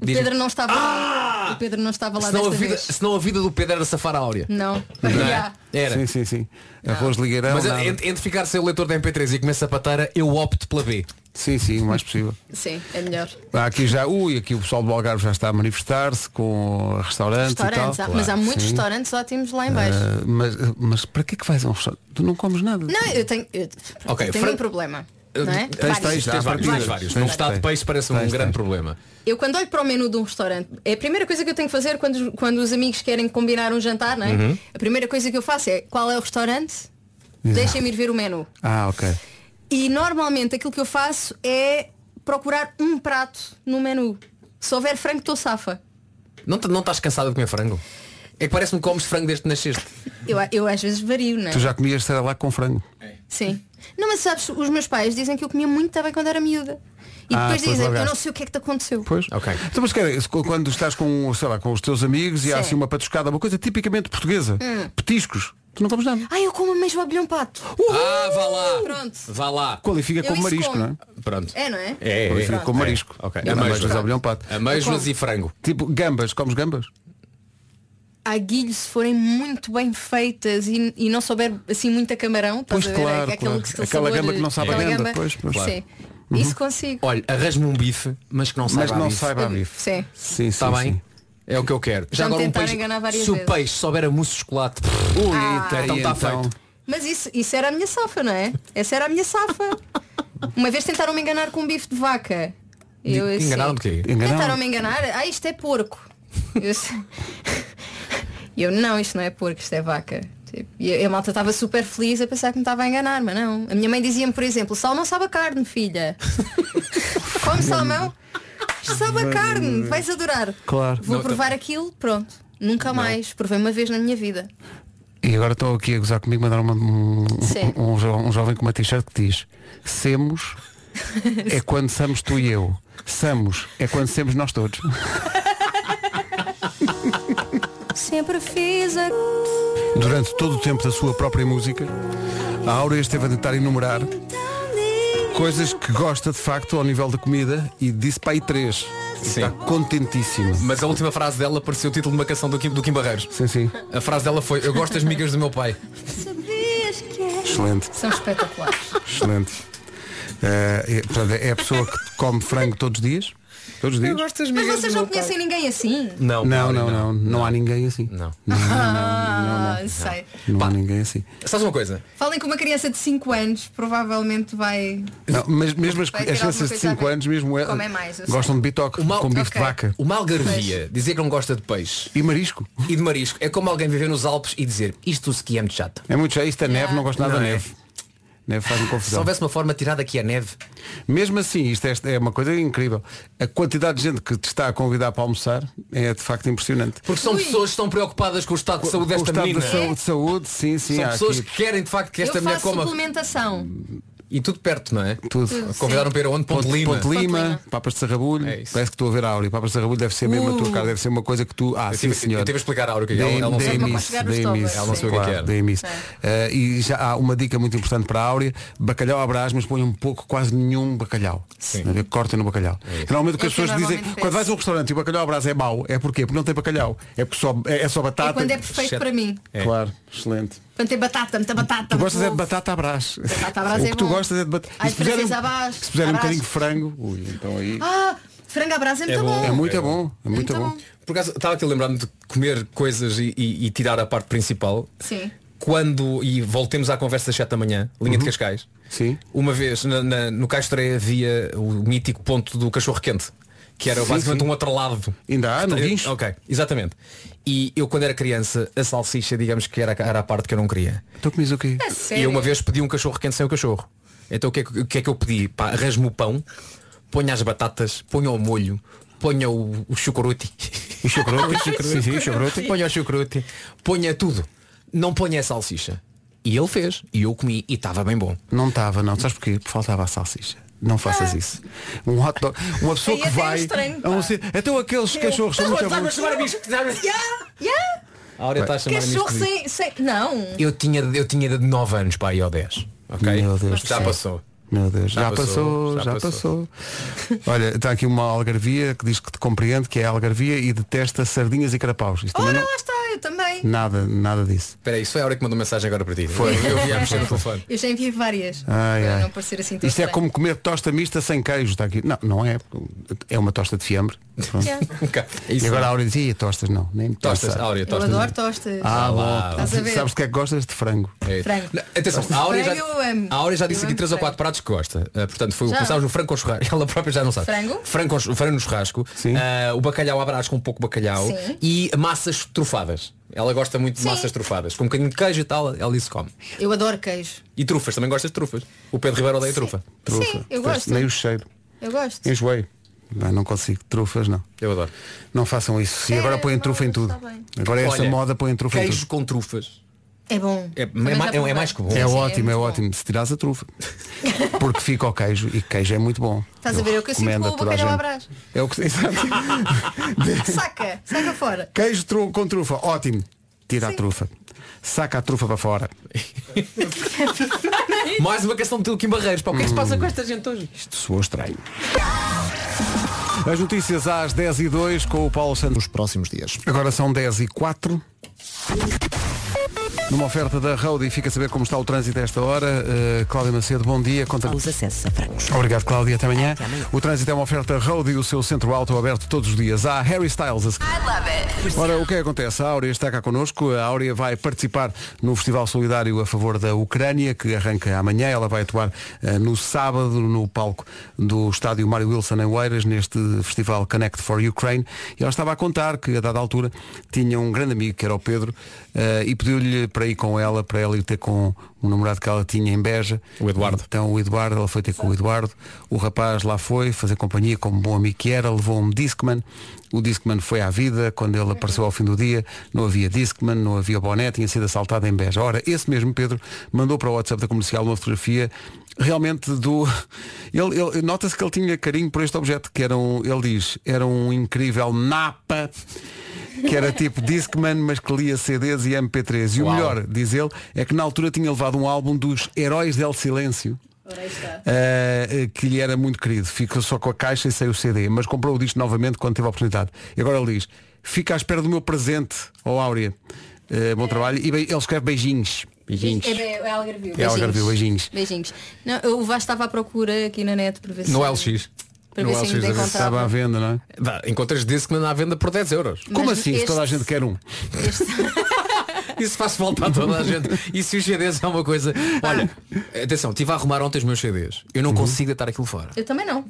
Speaker 11: O
Speaker 6: Diz-me.
Speaker 11: Pedro não estava lá. O Pedro não estava lá
Speaker 6: Ah! Senão a,
Speaker 11: desta
Speaker 6: vida,
Speaker 11: vez. Hum.
Speaker 6: senão a vida do Pedro era safar a Áurea.
Speaker 11: Não.
Speaker 6: Não é?
Speaker 11: Já.
Speaker 6: Era.
Speaker 2: Sim, sim, sim. Arroz de ligueirão.
Speaker 6: Mas
Speaker 2: nada.
Speaker 6: entre, entre ficar sem o leitor da MP3 e comer sapateira, eu opto pela B.
Speaker 2: Sim, sim, o mais possível.
Speaker 11: Sim, é melhor.
Speaker 2: Há aqui já, ui, aqui o pessoal do Algarve já está a manifestar-se com restaurantes,
Speaker 11: Restaurantes,
Speaker 2: e
Speaker 11: há-
Speaker 2: tal.
Speaker 11: mas há muitos
Speaker 2: Sim.
Speaker 11: restaurantes ótimos lá em baixo.
Speaker 2: Ah, mas, mas para que é que vais a um restaurante? Tu não comes nada.
Speaker 11: Não, eu tenho. Eu
Speaker 6: Ok,
Speaker 11: tenho
Speaker 6: Fran-
Speaker 11: um problema.
Speaker 6: Eu-
Speaker 11: Não é?
Speaker 6: Tens,
Speaker 11: Vários.
Speaker 2: tens,
Speaker 6: Tens
Speaker 2: à
Speaker 6: vários,
Speaker 2: partida.
Speaker 6: tens vários.
Speaker 2: Tens,
Speaker 6: Não gostar de
Speaker 2: tens.
Speaker 6: peixe parece um
Speaker 2: Tens,
Speaker 6: grande
Speaker 2: tens.
Speaker 6: problema.
Speaker 11: Eu quando olho para o menu de um restaurante, é a primeira coisa que eu tenho que fazer quando, quando os amigos querem combinar um jantar, não é?
Speaker 6: Uhum.
Speaker 11: A primeira coisa que eu faço é qual é o restaurante? Deixem-me ir ver o menu.
Speaker 2: Ah, ok.
Speaker 11: E normalmente aquilo que eu faço é procurar um prato no menu. Se houver frango, estou safa.
Speaker 6: Não, te- não estás cansada de comer frango? É que parece-me que comes frango desde que nasceste.
Speaker 11: Eu, eu às vezes vario, não é?
Speaker 2: Tu já comias, sei lá, com frango.
Speaker 11: Sim. Não, mas sabes, os meus pais dizem que eu comia muito bem quando era miúda. E
Speaker 2: Ah,
Speaker 11: depois
Speaker 2: pois
Speaker 11: dizem, eu
Speaker 2: largaste.
Speaker 11: não sei o que é que te aconteceu.
Speaker 2: Pois.
Speaker 6: Ok.
Speaker 2: Então, mas quer, se- quando estás com, sei lá, com os teus amigos e há
Speaker 11: Sim. Hum.
Speaker 2: assim uma patuscada, uma coisa tipicamente portuguesa, petiscos, tu não comes nada.
Speaker 11: Ah, eu como mesmo abelhão pato.
Speaker 6: Ah, vá lá!
Speaker 11: Pronto.
Speaker 6: Vá lá!
Speaker 2: Qualifica
Speaker 11: Ah, Eu
Speaker 2: como
Speaker 11: isso
Speaker 2: marisco,
Speaker 11: como.
Speaker 2: não é?
Speaker 6: Pronto.
Speaker 11: É, não é?
Speaker 6: É,
Speaker 2: Qualifica como marisco.
Speaker 6: Ok.
Speaker 2: Amêijoas, abelhão pato.
Speaker 6: Amêijoas e frango.
Speaker 2: Tipo gambas, comes gambas?
Speaker 11: a guilho se forem muito bem feitas e, e não souber assim muita camarão,
Speaker 2: Pois,
Speaker 11: estás a ver? É
Speaker 2: claro,
Speaker 11: aquele
Speaker 2: claro.
Speaker 11: aquele
Speaker 2: Aquela
Speaker 11: sabor-
Speaker 2: gamba que não sabe a
Speaker 11: aquela
Speaker 2: gamba,
Speaker 11: gamba.
Speaker 2: pois, pois.
Speaker 11: Sim.
Speaker 2: Uhum.
Speaker 11: Isso consigo.
Speaker 6: Olha, arrasme um bife, mas que não saiba
Speaker 2: não
Speaker 6: a bife.
Speaker 2: saiba a bife.
Speaker 11: Sim.
Speaker 2: Sim,
Speaker 6: Está
Speaker 2: sim,
Speaker 6: bem? É o que eu quero.
Speaker 11: Já me tentaram enganar várias
Speaker 6: se o
Speaker 11: vezes.
Speaker 6: peixe souber a mousse de chocolate,
Speaker 11: Ui,
Speaker 6: então está
Speaker 11: tá
Speaker 6: feito.
Speaker 11: Mas isso, isso era a minha safa, não é? Essa era a minha safa. Uma vez tentaram me enganar com um bife de vaca. Eu, assim,
Speaker 6: Enganaram-me de quê?
Speaker 11: Tentaram me enganar. Ah, isto é porco. Eu, assim- E eu não, isto não é porco, isto é vaca. Tipo, E a malta estava super feliz a pensar que me estava a enganar, mas não. A minha mãe dizia-me, por exemplo, sal não sabe a carne, filha. Come salmão? Isto sabe a carne, vais adorar.
Speaker 2: Claro.
Speaker 11: Vou
Speaker 2: Não, tá-
Speaker 11: provar aquilo, pronto. Nunca mais. Provei uma vez na minha vida.
Speaker 2: E agora estou aqui a gozar comigo, mandar uma- um,
Speaker 11: Sim.
Speaker 2: um, um jo- um jovem com uma t-shirt que diz Semos é quando somos tu e eu. Samos é quando somos nós todos.
Speaker 11: Sempre fiz a...
Speaker 2: Durante todo o tempo da sua própria música, a Áurea esteve a tentar enumerar coisas que gosta de facto ao nível da comida e disse para aí três. Está contentíssimo.
Speaker 6: Mas a última frase dela pareceu o título de uma canção do Kim, do Kim Barreiros.
Speaker 2: Sim, sim.
Speaker 6: A frase dela foi, eu gosto das migas do meu pai.
Speaker 2: Excelente.
Speaker 11: São espetaculares.
Speaker 2: Excelente. Eh, é, portanto, é a pessoa que come frango todos os dias? Todos os dias?
Speaker 11: Mas vocês não conhecem ninguém assim?
Speaker 2: Não, não, não, não, há ninguém assim.
Speaker 6: Não.
Speaker 11: Ah, sei.
Speaker 2: Não há ninguém assim.
Speaker 6: Sabes uma coisa?
Speaker 11: Falem com uma criança de 5 anos, provavelmente vai.
Speaker 2: Não, mas mesmo as,
Speaker 11: Vai ter
Speaker 2: as
Speaker 11: alguma
Speaker 2: crianças de
Speaker 11: coisa a
Speaker 2: 5
Speaker 11: ver.
Speaker 2: anos, mesmo elas
Speaker 11: Comem mais, eu sei.
Speaker 2: gostam de bitoque,
Speaker 6: mal-
Speaker 2: com bife
Speaker 11: Ok.
Speaker 2: de vaca.
Speaker 6: Uma algarvia, dizer que não gosta de peixe.
Speaker 2: E marisco.
Speaker 6: E de marisco. É como alguém viver nos Alpes e dizer, isto do ski é muito chato.
Speaker 2: É muito cheio, isto é neve, não gosto nada da
Speaker 6: Não é?
Speaker 2: neve. Neve faz-me
Speaker 6: Se
Speaker 2: confusão.
Speaker 6: houvesse uma forma de tirar daqui a neve,
Speaker 2: Mesmo assim, isto é, é uma coisa incrível. A quantidade de gente que te está a convidar para almoçar é de facto impressionante.
Speaker 6: Porque são pessoas que estão preocupadas com o estado de saúde
Speaker 2: o
Speaker 6: desta
Speaker 2: estado
Speaker 6: menina. é?
Speaker 2: de saúde, de saúde, sim, sim.
Speaker 6: são
Speaker 2: há
Speaker 6: pessoas
Speaker 2: aqui
Speaker 6: que querem de facto que esta
Speaker 11: eu
Speaker 6: mulher
Speaker 11: faço
Speaker 6: coma.
Speaker 11: suplementação.
Speaker 6: E tudo perto, não é?
Speaker 2: tudo.
Speaker 11: Tudo,
Speaker 6: Convidaram
Speaker 11: sim.
Speaker 6: para ir aonde? Ponte,
Speaker 2: Ponte,
Speaker 6: Lima. É
Speaker 2: Ponte Lima, Papas de Sarrabulho, parece que estou a ver a Áurea. Papas de Sarrabulho deve ser mesmo a tua
Speaker 6: Uh.
Speaker 2: cara, deve ser uma coisa que tu. Ah,
Speaker 6: Eu
Speaker 2: sim,
Speaker 6: tive-
Speaker 2: senhor.
Speaker 6: eu tive a explicar à Áurea que ela-
Speaker 2: Dei-
Speaker 6: ela não sabe
Speaker 2: dei-me
Speaker 6: como
Speaker 2: isso,
Speaker 6: chegar nos
Speaker 2: dei-me
Speaker 6: estômagos.
Speaker 2: isso,
Speaker 6: Ela não sabe o que é
Speaker 2: claro,
Speaker 6: que era.
Speaker 2: dei-me isso. Eh, e já há uma dica muito importante para a Áurea, bacalhau à brás, mas põe um pouco, quase nenhum bacalhau. Sim. Corta no bacalhau. Normalmente o que
Speaker 11: É
Speaker 2: as
Speaker 11: o que eu
Speaker 2: pessoas dizem,
Speaker 11: normalmente
Speaker 2: quando
Speaker 11: penso.
Speaker 2: vais a um restaurante e o bacalhau à brás é mau, é porquê? Porque não tem bacalhau. É porque só, é, é só batata.
Speaker 11: É quando é perfeito para mim.
Speaker 2: Claro, excelente.
Speaker 11: Quando tem batata, muita batata.
Speaker 2: Tu gostas é de
Speaker 11: ovo.
Speaker 2: batata à brás.
Speaker 11: Batata à brás
Speaker 2: o
Speaker 11: é
Speaker 2: que tu
Speaker 11: bom.
Speaker 2: gostas é de batata.
Speaker 11: Ai,
Speaker 2: se puserem,
Speaker 11: francês à brás,
Speaker 2: se puserem um
Speaker 11: à brás.
Speaker 2: bocadinho de frango, ui, então aí.
Speaker 11: Ah, frango à brasa é muito bom.
Speaker 2: É muito bom, é muito bom.
Speaker 6: Por acaso, estava aqui a lembrar-me de comer coisas e, e- e tirar a parte principal.
Speaker 11: Sim.
Speaker 6: Quando, e voltemos à conversa das 7 da manhã, linha
Speaker 2: Uhum.
Speaker 6: de Cascais.
Speaker 2: Sim.
Speaker 6: Uma vez na, na- no Cais Treia havia o mítico ponto do cachorro quente, que era
Speaker 2: Sim,
Speaker 6: basicamente
Speaker 2: sim.
Speaker 6: um atrelado.
Speaker 2: Ainda há, no guincho?
Speaker 6: Então, Ok, exatamente. E eu quando era criança, a salsicha, digamos que era, era a parte que eu não queria.
Speaker 2: Tu Então comes o quê?
Speaker 11: A
Speaker 6: E eu
Speaker 11: sério? Tá
Speaker 6: uma vez pedi um cachorro quente sem o cachorro. Então o que é que, o que, é que eu pedi? Pá, arranjo-me o pão, ponha as batatas, ponha o molho, ponha o, o chucrute.
Speaker 2: O chucrute?
Speaker 6: o chucrute.
Speaker 2: Sim, sim, o chucrute.
Speaker 6: Ponha o chucrute. Ponha tudo. Não ponha a salsicha. E ele fez. E eu comi e estava bem bom.
Speaker 2: Não estava, não. Sabes porquê? Porque faltava a salsicha. Não faças isso. Um hot dog. Uma pessoa
Speaker 11: Ah. Aí
Speaker 2: que
Speaker 11: até é
Speaker 2: vai.
Speaker 11: estranho,
Speaker 2: a um ci- Então aqueles cachorros são
Speaker 11: tá
Speaker 2: muito bons.
Speaker 11: Yeah, yeah.
Speaker 6: A Áurea está a chamar
Speaker 11: Cachorro sem, sem. Não.
Speaker 6: Eu tinha, eu tinha de 9 anos, pá, aí ou 10. Ok?
Speaker 2: Meu Deus
Speaker 6: Já
Speaker 2: do
Speaker 6: passou.
Speaker 2: Meu Deus,
Speaker 6: Já
Speaker 2: já, passou,
Speaker 6: passou,
Speaker 2: já
Speaker 6: já
Speaker 2: passou. Olha, está aqui uma algarvia que diz que te compreende, que é a algarvia e detesta sardinhas e carapaus. Isto também
Speaker 11: Ora,
Speaker 2: não...
Speaker 11: lá está, eu também.
Speaker 2: Nada, nada disso.
Speaker 6: Espera aí, isso foi a Áurea que mandou mensagem agora para ti. é?
Speaker 2: Foi.
Speaker 6: Eu vi a mexer no telefone.
Speaker 11: Eu já enviei várias.
Speaker 2: Ai,
Speaker 11: para
Speaker 2: ai.
Speaker 11: não parecer assim tão
Speaker 2: Isto é
Speaker 11: estranho.
Speaker 2: como comer tosta mista sem queijo, está aqui. Não, não é. É uma tosta de fiambre. Pronto.
Speaker 11: Yeah.
Speaker 6: Um
Speaker 2: E agora a Áurea diz, "Ih, tostas não, nem
Speaker 6: Tostas,
Speaker 2: pensar."
Speaker 6: Áurea,
Speaker 11: Eu
Speaker 6: tostas.
Speaker 11: adoro tostas.
Speaker 2: Ah,
Speaker 6: lá,
Speaker 2: bom.
Speaker 11: Estás a ver?
Speaker 2: Sabes o que é que gostas? De frango.
Speaker 6: É.
Speaker 11: Frango.
Speaker 6: Não, Atenção, a Áurea, já,
Speaker 11: Frango eu amo.
Speaker 6: a Áurea já disse
Speaker 11: Eu
Speaker 6: aqui
Speaker 11: amo
Speaker 6: três ou quatro pratos que gosta. Ah, portanto, foi o
Speaker 11: Já.
Speaker 6: começámos no frango com churrasco. Ela própria já não sabe.
Speaker 11: Frango?
Speaker 6: Frango, com chu- frango no churrasco. Ah, o bacalhau à brás com um pouco de bacalhau.
Speaker 11: Sim.
Speaker 6: E massas trufadas. Ela gosta muito de
Speaker 11: Sim.
Speaker 6: massas trufadas. Com um bocadinho de queijo e tal, ela isso come.
Speaker 11: Eu adoro queijo.
Speaker 6: E trufas, também gostas de trufas. O Pedro Ribeiro odeia trufa.
Speaker 2: Trufa.
Speaker 11: Sim, eu
Speaker 2: Fez-
Speaker 11: gosto.
Speaker 2: Nem o cheiro.
Speaker 11: Eu gosto.
Speaker 2: Enjoei. Não, não consigo. Trufas não.
Speaker 6: Eu adoro.
Speaker 2: Não façam isso. E agora põem trufa em tudo. Agora é esta
Speaker 6: Olha,
Speaker 2: moda põem trufa em
Speaker 6: Queijo
Speaker 2: tudo.
Speaker 6: com trufas.
Speaker 11: É bom.
Speaker 6: É, é
Speaker 11: Também
Speaker 6: ma-
Speaker 11: já
Speaker 6: é- é
Speaker 11: provei.
Speaker 6: mais que bom.
Speaker 2: É
Speaker 11: Sim,
Speaker 2: ótimo, é
Speaker 11: muito bom.
Speaker 2: ótimo. Se tirares a trufa. Porque fica o queijo e queijo é muito bom.
Speaker 11: Estás a ver? É o que eu sinto
Speaker 2: recomendo
Speaker 11: com
Speaker 2: a
Speaker 11: o
Speaker 2: toda a
Speaker 11: bacalhau à
Speaker 2: gente.
Speaker 11: brás.
Speaker 2: É o que exato.
Speaker 11: Saca, saca fora.
Speaker 2: Queijo tru- com trufa, ótimo. Tira a trufa. Saca a trufa para fora.
Speaker 6: Mais uma questão de Kim Barreiros. Pá, o que é que se passa com esta gente hoje?
Speaker 2: Isto soou estranho. As notícias às 10 e 2 com o Paulo Santos. Nos
Speaker 1: próximos dias.
Speaker 2: Agora são 10 e 4. Numa oferta da Road e fica a saber como está o trânsito a esta hora. Uh, Cláudia Macedo, bom dia. Conta
Speaker 7: Os acessos a frangos.
Speaker 2: Obrigado, Cláudia. Até amanhã.
Speaker 7: Até amanhã.
Speaker 2: O trânsito é uma oferta Road e o seu centro alto aberto todos os dias. Há Harry Styles a seguir. Ora, o que é que acontece? A Áurea está cá connosco. A Áurea vai participar no Festival Solidário a favor da Ucrânia, que arranca amanhã. Ela vai atuar eh, no sábado no palco do estádio Mário Wilson em Oeiras, neste festival Connect for Ukraine. E ela estava a contar que, a dada altura, tinha um grande amigo, que era o Pedro, eh, e pediu-lhe para ir com ela, para ela ir ter com um namorado que ela tinha em Beja. O Eduardo. Então o Eduardo, ela foi ter com o Eduardo. O rapaz lá foi fazer companhia como bom amigo que era, levou um Discman. O Discman foi à vida, quando ele apareceu ao fim do dia, não havia Discman, não havia boné, tinha sido assaltado em Beja. Ora, esse mesmo Pedro mandou para o WhatsApp da comercial uma fotografia realmente do. Ele, ele- Nota-se que ele tinha carinho por este objeto, que era um, ele diz, era um incrível Napa. Que era tipo Discman, mas que lia CDs e MP3. E o
Speaker 15: Uau.
Speaker 2: melhor, diz ele, é que na altura tinha levado um álbum dos Heróis del Silêncio. eh, eh, que lhe era muito querido. Ficou só com a caixa e saiu o CD, mas comprou o disco novamente quando teve a oportunidade. E agora ele diz, fica à espera do meu presente, ó Áurea. Eh, bom trabalho. E bem- ele escreve beijinhos. Beijinhos.
Speaker 11: É, é, é Algarvio.
Speaker 2: É Algarvio, beijinhos.
Speaker 11: Beijinhos. Não, eu o Vasco estava à procura aqui na net para
Speaker 2: Hum,
Speaker 11: ver se.
Speaker 6: LX.
Speaker 11: Para ver se ainda
Speaker 2: Estava à
Speaker 11: encontrava.
Speaker 2: venda, não é?
Speaker 6: Dá, encontras desse que não à venda por 10 euros.
Speaker 2: Como assim? Se toda a gente quer um.
Speaker 6: Isso faz falta a toda a gente. E se os CDs é uma coisa. Olha, atenção, estive a arrumar ontem os meus CDs. Eu não
Speaker 2: Uhum.
Speaker 6: consigo deitar aquilo fora.
Speaker 11: Eu também não.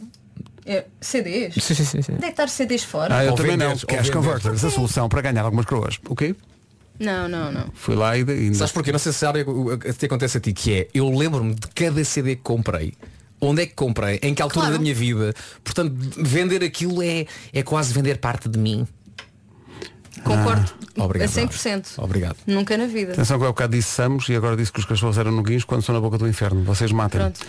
Speaker 11: É, CDs?
Speaker 6: Sim, sim, sim, sim.
Speaker 11: Deitar CDs fora?
Speaker 2: Ah, eu
Speaker 6: Ou
Speaker 2: também
Speaker 6: venderes,
Speaker 2: não.
Speaker 6: ou
Speaker 2: Cash
Speaker 6: venderes.
Speaker 2: Converters, a solução para ganhar algumas croas. O quê? é?
Speaker 11: Não, não, não.
Speaker 2: Fui lá e... e-
Speaker 6: Sabes porquê? Não sei se área o- o- o- te acontece a ti, que é, eu lembro-me de cada CD que comprei. Onde é que comprei? Em que altura da minha vida? Portanto, vender aquilo é, é quase vender parte de mim.
Speaker 11: Concordo
Speaker 2: Ah, obrigado,
Speaker 11: a 100%.
Speaker 2: Obrigado.
Speaker 11: Nunca na vida.
Speaker 2: Atenção que eu há bocado disse Samos e agora disse que os cachorros eram noguinhos quando estão na boca do inferno. Vocês matem.
Speaker 11: Pronto.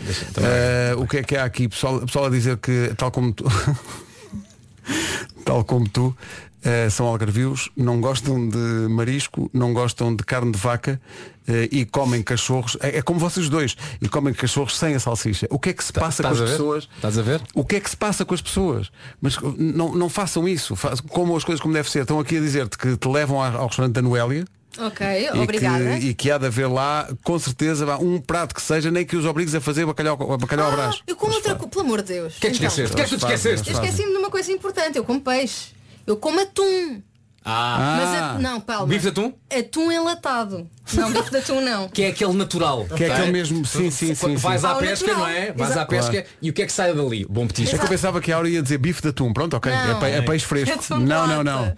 Speaker 2: o que é que há aqui? Pessoal, pessoal a dizer que, tal como tu, tal como tu, eh, são algarvios, não gostam de marisco, não gostam de carne de vaca eh, e comem cachorros. É, é como vocês dois. E comem cachorros sem a salsicha. O que é que se passa com
Speaker 6: Tá, Estás
Speaker 2: as
Speaker 6: a ver? Tá.
Speaker 2: pessoas?
Speaker 6: Estás a ver?
Speaker 2: O que é que se passa com as pessoas? Mas não, não façam isso. Fa- Comam as coisas como deve ser. Estão aqui a dizer-te que te levam ao ao restaurante da Noélia.
Speaker 11: Ok,
Speaker 2: E
Speaker 11: obrigada.
Speaker 2: Que, e que há de haver lá, com certeza, vá, um prato que seja, nem que os obrigues a fazer bacalhau, bacalhau à brás.
Speaker 11: Eu como Ah, outra coisa, pelo amor de Deus. Então, O
Speaker 2: que é que esqueceste? O que é que tu esqueceste?
Speaker 11: Eu esqueci-me de uma coisa importante, eu como peixe. Eu como atum.
Speaker 6: Ah,
Speaker 11: Mas a- não, palma.
Speaker 6: Bife de atum?
Speaker 11: Atum enlatado. Não, bife de atum não.
Speaker 6: Que é aquele natural.
Speaker 2: Que é aquele mesmo- sim, sim, sim,
Speaker 6: Vais
Speaker 2: sim.
Speaker 6: à
Speaker 2: Ao
Speaker 6: pesca,
Speaker 11: natural.
Speaker 6: não é? Vais à
Speaker 2: Exato.
Speaker 6: pesca
Speaker 2: Claro.
Speaker 6: e o que é que sai dali? Bom petisco.
Speaker 2: É que eu pensava que a Aura ia dizer bife de atum, pronto, ok,
Speaker 11: Não.
Speaker 2: é, pe- é peixe
Speaker 11: É
Speaker 2: fresco.
Speaker 11: de
Speaker 2: não, não, não.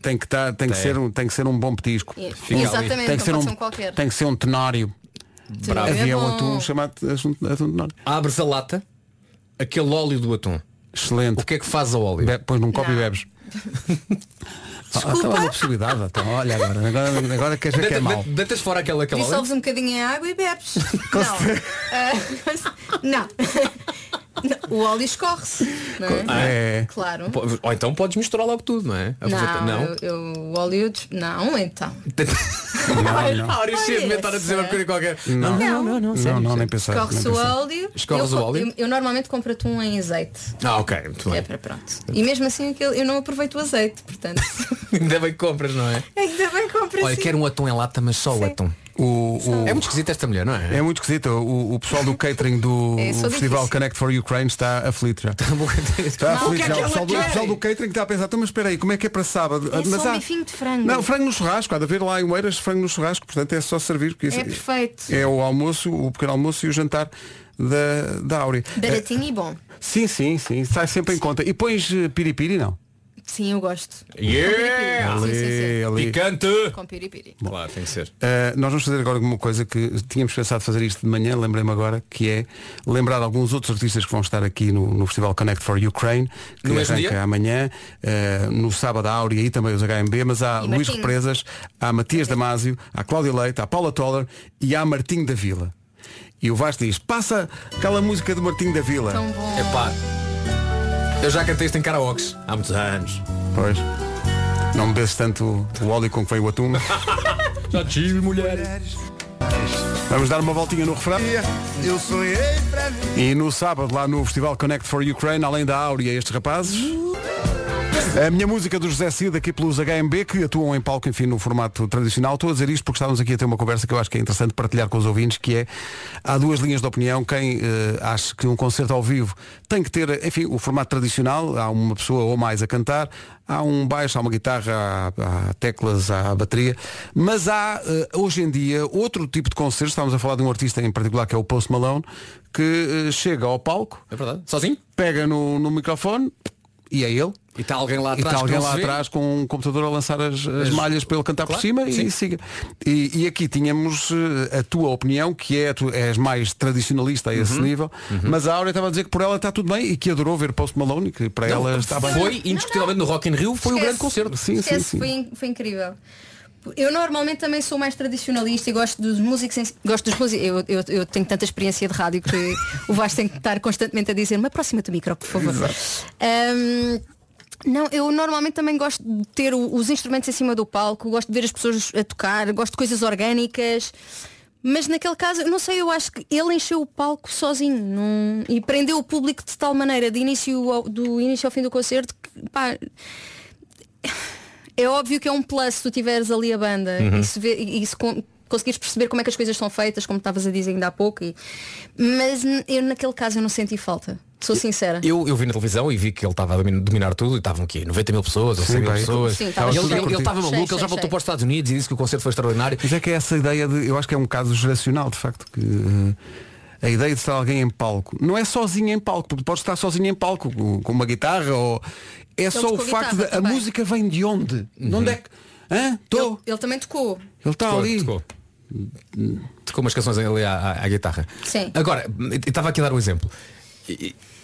Speaker 2: Tem que, tá, tem, que
Speaker 6: Tem.
Speaker 2: ser um, tem que ser um bom petisco.
Speaker 11: É,
Speaker 2: Fica ali.
Speaker 11: exatamente,
Speaker 2: tem
Speaker 11: não
Speaker 2: que ser
Speaker 11: pode
Speaker 2: um,
Speaker 11: ser um qualquer.
Speaker 2: Tem que ser um tenário.
Speaker 11: Bravo.
Speaker 2: Havia
Speaker 11: É
Speaker 2: um
Speaker 11: bom.
Speaker 2: atum chamado atum atum tenário.
Speaker 6: Abres a lata, aquele óleo do atum.
Speaker 2: Excelente.
Speaker 6: O que é que faz ao óleo?
Speaker 2: Pões num copo e bebes. Ah,
Speaker 6: Desculpa.
Speaker 2: então, olha a possibilidade, então, olha agora, agora, agora queres ver que é
Speaker 6: Deita-
Speaker 2: mau.
Speaker 6: de- Deitas fora aquela aquela óleo.
Speaker 11: Dissolves um bocadinho em água e bebes. não. Ah, não. Não, O óleo escorre-se. Não é?
Speaker 6: Ah, é?
Speaker 11: Claro.
Speaker 6: Po- Ou então podes misturar logo tudo, não é? Aproveita-
Speaker 11: Não, Eu, eu- o óleo. des- Não, então.
Speaker 6: Não, A Auris
Speaker 11: Olha
Speaker 6: inventar a dizer uma
Speaker 11: essa.
Speaker 6: coisa qualquer.
Speaker 2: Ah, Não, não, não, não,
Speaker 6: sério,
Speaker 2: não,
Speaker 6: sério.
Speaker 2: nem pensar.
Speaker 11: Escorre-se
Speaker 2: nem
Speaker 11: o
Speaker 2: pensar.
Speaker 11: óleo.
Speaker 2: Escorres
Speaker 11: eu,
Speaker 2: o óleo?
Speaker 11: Eu, eu normalmente compro atum em azeite.
Speaker 6: Ah, ok, muito bem.
Speaker 11: É para pronto. E mesmo assim aquele- eu não aproveito o azeite, portanto.
Speaker 6: Ainda bem que compras, não é?
Speaker 11: Ainda bem compro
Speaker 6: Olha,
Speaker 11: assim.
Speaker 6: quero um atum em lata, mas só o atum. É muito esquisito esta mulher, não é?
Speaker 2: É muito esquisito. O, o pessoal do catering do
Speaker 6: É, sou
Speaker 2: Festival
Speaker 6: difícil.
Speaker 2: Connect for Ukraine está aflito já. É. Está
Speaker 6: Não, o que
Speaker 2: aflito
Speaker 6: é
Speaker 2: já.
Speaker 6: que
Speaker 2: O
Speaker 6: ela
Speaker 2: pessoal, do, o
Speaker 6: quer?
Speaker 2: pessoal do catering está a pensar, então mas espera aí, como é que é para sábado?
Speaker 11: É
Speaker 2: mas
Speaker 11: só um bifinho de frango.
Speaker 2: Não, frango no churrasco, há de haver lá em Oeiras frango no churrasco, portanto é só servir. Porque isso-
Speaker 11: É perfeito.
Speaker 2: É o almoço, o pequeno almoço e o jantar da, da Áurea.
Speaker 11: Baratinho e bom.
Speaker 2: É, sim, sim, sim, sai sempre em conta. E pões eh, piripiri, não?
Speaker 11: Sim, eu gosto.
Speaker 6: Yeah!
Speaker 11: Com piripiri. Sim, sim, sim.
Speaker 2: Ali, ali.
Speaker 6: Picante!
Speaker 11: Com piripiri.
Speaker 6: Claro, tem que ser.
Speaker 2: Uh, nós vamos fazer agora alguma coisa que tínhamos pensado fazer isto de manhã, lembrei-me agora, que é lembrar alguns outros artistas que vão estar aqui no, no Festival Connect for Ukraine, que
Speaker 6: No mesmo
Speaker 2: arranca
Speaker 6: dia?
Speaker 2: amanhã, uh, no sábado a Áurea e também os HMB, mas há
Speaker 6: E
Speaker 2: Luís
Speaker 6: Martinho.
Speaker 2: Represas, há Matias Damasio, há Cláudia Leite, há Paula Toller e há Martinho da Vila. E o Vasco diz, passa aquela música do Martinho da Vila.
Speaker 6: Tão bom. Epá. Eu já cantei isto em karaokes há muitos anos.
Speaker 2: Pois. Não me desses tanto o óleo com que veio o atum.
Speaker 6: Já tive mulheres.
Speaker 2: Vamos dar uma voltinha no refrão. Eu sonhei para mim. E no sábado, lá no Festival Connect for Ukraine, além da Áurea, estes rapazes. A minha música do José Cid aqui pelos HMB que atuam em palco, enfim, no formato tradicional. Estou a dizer isto porque estávamos aqui a ter uma conversa que eu acho que é interessante partilhar com os ouvintes, que é há duas linhas de opinião. Quem eh, acha que um concerto ao vivo tem que ter, enfim, o formato tradicional, há uma pessoa ou mais a cantar, há um baixo, há uma guitarra, há, há teclas, há bateria, mas há eh, hoje em dia outro tipo de concerto, estávamos a falar de um artista em particular que é o Post Malone, que eh, chega ao palco,
Speaker 6: É verdade? Sozinho?
Speaker 2: pega no, no microfone e é ele.
Speaker 6: E está alguém lá
Speaker 2: E
Speaker 6: atrás.
Speaker 2: está alguém
Speaker 6: que não
Speaker 2: lá
Speaker 6: se vê?
Speaker 2: atrás com um computador a lançar as, as
Speaker 6: As-
Speaker 2: malhas para ele cantar por
Speaker 6: Claro,
Speaker 2: cima
Speaker 6: sim.
Speaker 2: e siga. E, e aqui tínhamos eh, a tua opinião, que é tu és mais tradicionalista a esse
Speaker 6: Uhum.
Speaker 2: nível,
Speaker 6: Uhum.
Speaker 2: mas a Áurea estava a dizer que por ela está tudo bem e que adorou ver Post Malone, que para
Speaker 6: Não,
Speaker 2: ela está bem.
Speaker 6: Foi, indiscutivelmente, no Rock in Rio, foi o
Speaker 11: Esquece.
Speaker 6: grande concerto.
Speaker 2: Sim, sim,
Speaker 11: Esquece,
Speaker 2: sim.
Speaker 11: Foi, in- foi incrível. Eu normalmente também sou mais tradicionalista e gosto dos músicos. em- Gosto dos músicos. Eu, eu, eu tenho tanta experiência de rádio que o Vasco tem que estar constantemente a dizer-me aproxima-te do micro, por favor. Ahm, não, eu normalmente também gosto de ter o- os instrumentos em cima do palco, gosto de ver as pessoas a tocar, gosto de coisas orgânicas. Mas naquele caso, não sei, eu acho que ele encheu o palco sozinho num- e prendeu o público de tal maneira, de início ao, do início ao fim do concerto, que pá, é óbvio que é um plus se tu tiveres ali a banda
Speaker 15: Uhum.
Speaker 11: e se, vê, e e se con- conseguires perceber como é que as coisas são feitas, como estavas a dizer ainda há pouco. e- Mas n- eu naquele caso eu não senti falta. Sou sincera.
Speaker 6: Eu, eu vi na televisão e vi que ele estava a domin- dominar tudo e estavam aqui 90 mil pessoas ou
Speaker 2: Sim,
Speaker 6: 100 mil
Speaker 2: bem.
Speaker 6: pessoas.
Speaker 2: Sim,
Speaker 6: E
Speaker 2: estava tudo a
Speaker 6: ele- ele
Speaker 2: curtir.
Speaker 6: estava maluco,
Speaker 2: Sei,
Speaker 6: ele já
Speaker 2: sei,
Speaker 6: voltou
Speaker 2: sei.
Speaker 6: para os Estados Unidos e disse que o concerto foi extraordinário.
Speaker 2: Mas é que é essa ideia de. Eu acho que é um caso geracional, de facto, que. eh, A ideia de estar alguém em palco. Não é sozinho em palco, porque pode estar sozinho em palco, com com uma guitarra ou. É
Speaker 11: Ele
Speaker 2: só o
Speaker 11: tocou
Speaker 2: facto de
Speaker 11: guitarra
Speaker 2: a
Speaker 11: também.
Speaker 2: música vem de onde? De onde é que. Hã? Estou.
Speaker 11: Ele também tocou.
Speaker 2: Ele está ali.
Speaker 6: Uhum. Tocou. Tocou umas canções ali à, à- à guitarra.
Speaker 11: Sim.
Speaker 6: Agora, eu estava aqui a dar um exemplo.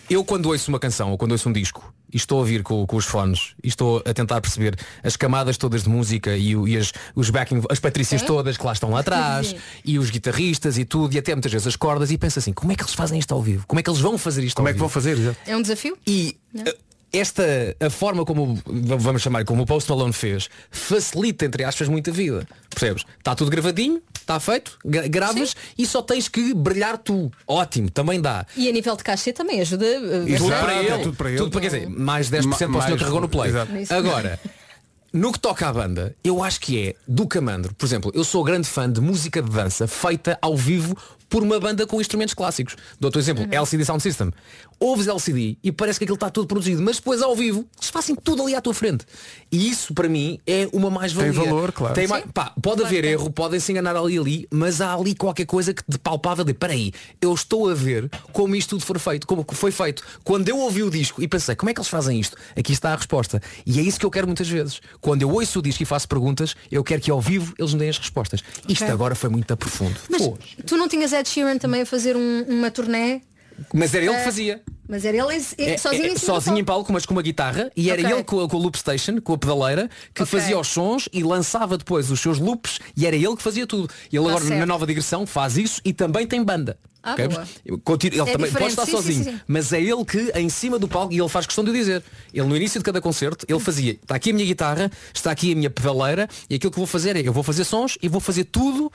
Speaker 6: Eu quando ouço uma canção ou quando ouço um disco e estou a ouvir com, com os fones e estou a tentar perceber as camadas todas de música e, o- e as, os backing, as patrícias
Speaker 4: Sim.
Speaker 6: todas que lá estão lá atrás
Speaker 4: Sim.
Speaker 6: e os guitarristas e tudo e até muitas vezes as cordas e penso assim, como é que eles fazem isto ao vivo? Como é que eles vão fazer isto Como é que vão
Speaker 2: fazer?
Speaker 11: É um desafio?
Speaker 6: E eh, esta, a forma como, vamos chamar, como o Post Malone fez, facilita, entre aspas, muita vida. Percebes? Está tudo gravadinho, está feito, gra- gravas e só tens que brilhar tu. Ótimo, também dá.
Speaker 11: E a nível de cachê também ajuda. uh,
Speaker 6: Tudo
Speaker 11: bastante.
Speaker 6: para
Speaker 2: é
Speaker 6: ele. Tudo para ele. quer dizer, mais 10% para o
Speaker 2: Mais-
Speaker 6: senhor que carregou no play.
Speaker 2: Exato.
Speaker 11: Isso.
Speaker 6: Agora, no que toca à banda, eu acho que é do Camandro. Por exemplo, eu sou grande fã de música de dança feita ao vivo por uma banda com instrumentos clássicos. Dou outro exemplo, LCD Sound System. Ouves LCD e parece que aquilo está tudo produzido, mas depois ao vivo eles fazem tudo ali à tua frente. E isso para mim é uma mais-valia.
Speaker 2: Tem valor, claro.
Speaker 6: Tem ma-
Speaker 2: Sim.
Speaker 6: pá, pode haver erro, podem se enganar ali e ali, mas há ali qualquer coisa que de palpável de peraí, eu estou a ver como isto tudo for feito, como foi feito. Quando eu ouvi o disco e pensei, como é que eles fazem isto? Aqui está a resposta. E é isso que eu quero muitas vezes. Quando eu ouço o disco e faço perguntas, eu quero que ao vivo eles me deem as respostas. Isto
Speaker 11: Ok.
Speaker 6: agora foi muito a profundo.
Speaker 11: Mas
Speaker 6: Pô,
Speaker 11: tu não tinhas Ed Sheeran também a fazer um- uma turnê?
Speaker 6: mas era ele que
Speaker 11: Eh,
Speaker 6: fazia.
Speaker 11: Mas era ele em-
Speaker 6: É,
Speaker 11: sozinho
Speaker 6: é,
Speaker 11: em cima do
Speaker 6: sozinho
Speaker 11: palco.
Speaker 6: em palco, mas com uma guitarra E era
Speaker 11: Ok.
Speaker 6: ele com a, com a loop station, com a pedaleira Que fazia os sons e lançava depois os seus loops E era ele que fazia tudo Ele
Speaker 11: Tá
Speaker 6: agora
Speaker 11: certo.
Speaker 6: na nova digressão faz isso E também tem banda
Speaker 11: Ah,
Speaker 6: Ok?
Speaker 11: boa.
Speaker 6: Eu continuo- Ele
Speaker 11: É
Speaker 6: também pode
Speaker 11: diferente,
Speaker 6: estar
Speaker 11: sim,
Speaker 6: sozinho
Speaker 11: sim, sim, sim.
Speaker 6: Mas é ele que em cima do palco E ele faz questão de o dizer Ele no início de cada concerto Ele fazia Está aqui a minha guitarra Está aqui a minha pedaleira E aquilo que vou fazer é Eu vou fazer sons E vou fazer tudo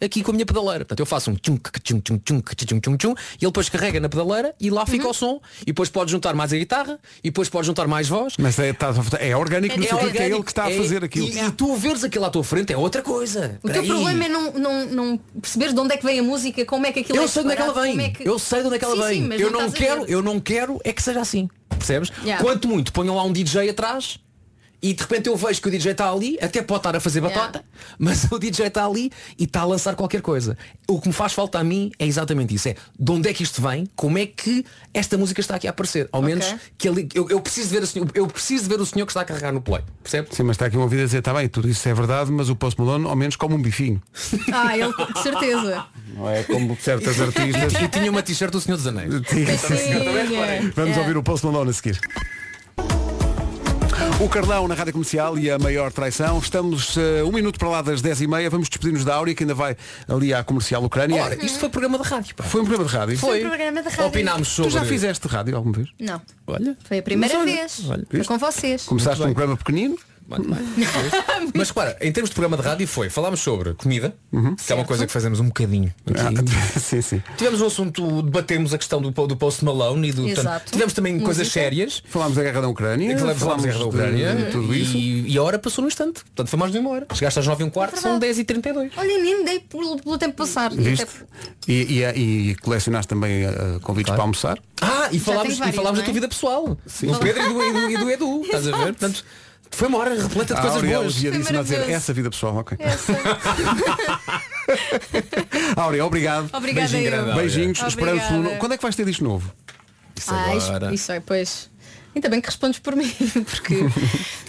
Speaker 6: aqui com a minha pedaleira. Portanto, eu faço um tchum, tchum, tchum, tchum, tchum, tchum, tchum, tchum, e ele depois carrega na pedaleira e lá
Speaker 2: Uhum.
Speaker 6: fica o som. E depois pode juntar mais a guitarra e depois pode juntar mais voz.
Speaker 2: Mas é, tá- é orgânico no sentido que é ele que está a
Speaker 6: é-
Speaker 2: fazer aquilo.
Speaker 6: E, e tu veres aquilo à tua frente é outra coisa.
Speaker 11: O teu
Speaker 6: Peraí.
Speaker 11: problema é não, não, não perceberes de onde é que vem a música, como é que aquilo
Speaker 6: Eu
Speaker 11: é
Speaker 6: sei de onde é que ela
Speaker 11: separado,
Speaker 6: vem.
Speaker 11: como que-
Speaker 6: Eu sei de onde é que ela
Speaker 11: Sim,
Speaker 6: vem.
Speaker 11: sim, mas
Speaker 6: eu não,
Speaker 11: estás a
Speaker 6: quero,
Speaker 11: ver.
Speaker 6: eu não quero é que seja assim. Percebes?
Speaker 11: Yeah.
Speaker 6: Quanto muito ponham lá um DJ atrás e de repente eu vejo que o DJ está ali, até pode estar a fazer
Speaker 11: Yeah.
Speaker 6: batota, mas o DJ está ali e está a lançar qualquer coisa. O que me faz falta a mim é exatamente isso. É de onde é que isto vem, como é que esta música está aqui a aparecer. Ao menos que ali, eu, eu preciso ver o senhor, eu preciso ver o senhor que está a carregar no play. Percebe?
Speaker 2: Sim, mas está aqui um ouvido a dizer, está bem, tudo isso é verdade, mas o Post Malone ao menos come um bifinho.
Speaker 11: Ah, ele, de certeza.
Speaker 2: Não é como certas artistas.
Speaker 6: E tinha uma t-shirt do Senhor dos Anéis.
Speaker 2: Tinha, sim,
Speaker 11: Sim,
Speaker 2: senhor.
Speaker 11: é.
Speaker 2: Vamos
Speaker 11: É.
Speaker 2: ouvir o Post Malone a seguir. O Carlão na Rádio Comercial e a maior traição. Estamos eh, um minuto para lá das 10h30. Vamos despedir-nos da Áurea, que ainda vai ali à comercial Ucrânia.
Speaker 6: Ora, isto foi programa de rádio.
Speaker 2: Foi um programa de rádio?
Speaker 11: Uhum. Foi um Foi. programa de rádio.
Speaker 6: Opinámos sobre-
Speaker 2: Tu já fizeste rádio alguma vez?
Speaker 11: Não.
Speaker 2: Olha.
Speaker 11: Foi a primeira
Speaker 2: Mas olha,
Speaker 11: vez.
Speaker 2: olha,
Speaker 11: Foi
Speaker 2: viste?
Speaker 11: com vocês.
Speaker 2: Começaste um programa pequenino?
Speaker 6: mais, mais. Mas claro, em termos de programa de rádio foi, falámos sobre comida, que é uma coisa que fazemos um bocadinho.
Speaker 2: aqui. sim, sim.
Speaker 6: Tivemos um assunto, debatemos a questão do, do Post Malone e do.
Speaker 2: Exato.
Speaker 6: portanto, Tivemos também
Speaker 2: Música.
Speaker 6: coisas sérias.
Speaker 2: Falámos da guerra da Ucrânia.
Speaker 6: Falámos, da guerra da Ucrânia.
Speaker 2: de tudo isso.
Speaker 6: E, e a hora passou no instante. Portanto, foi mais de uma hora. Chegaste às 9 e um quarto, são 10 e 32.
Speaker 14: Olha, nem dei pelo, pelo tempo passar.
Speaker 2: Viste?
Speaker 14: Até-
Speaker 2: E, e- e colecionaste também eh, convites para almoçar.
Speaker 6: Ah, e
Speaker 14: Já
Speaker 6: falámos,
Speaker 14: tens vários,
Speaker 6: e
Speaker 14: não
Speaker 6: falámos da
Speaker 14: é?
Speaker 6: tua vida pessoal.
Speaker 2: Sim.
Speaker 6: Do Pedro e do, e do- e do Edu. Estás a ver? Portanto, foi uma hora repleta de
Speaker 2: A
Speaker 6: coisas
Speaker 2: Aurélia
Speaker 6: boas.
Speaker 2: Elogia disse, não é dizer essa vida pessoal, ok. Áurea, obrigado.
Speaker 11: Obrigada Beijinho eu. grande, Áurea.
Speaker 2: Beijinhos.
Speaker 11: Obrigada.
Speaker 2: Esperamos pelo... Quando é que vais ter isto novo?
Speaker 11: Ah, isso, isso é, pois. Ainda bem que respondes por mim, porque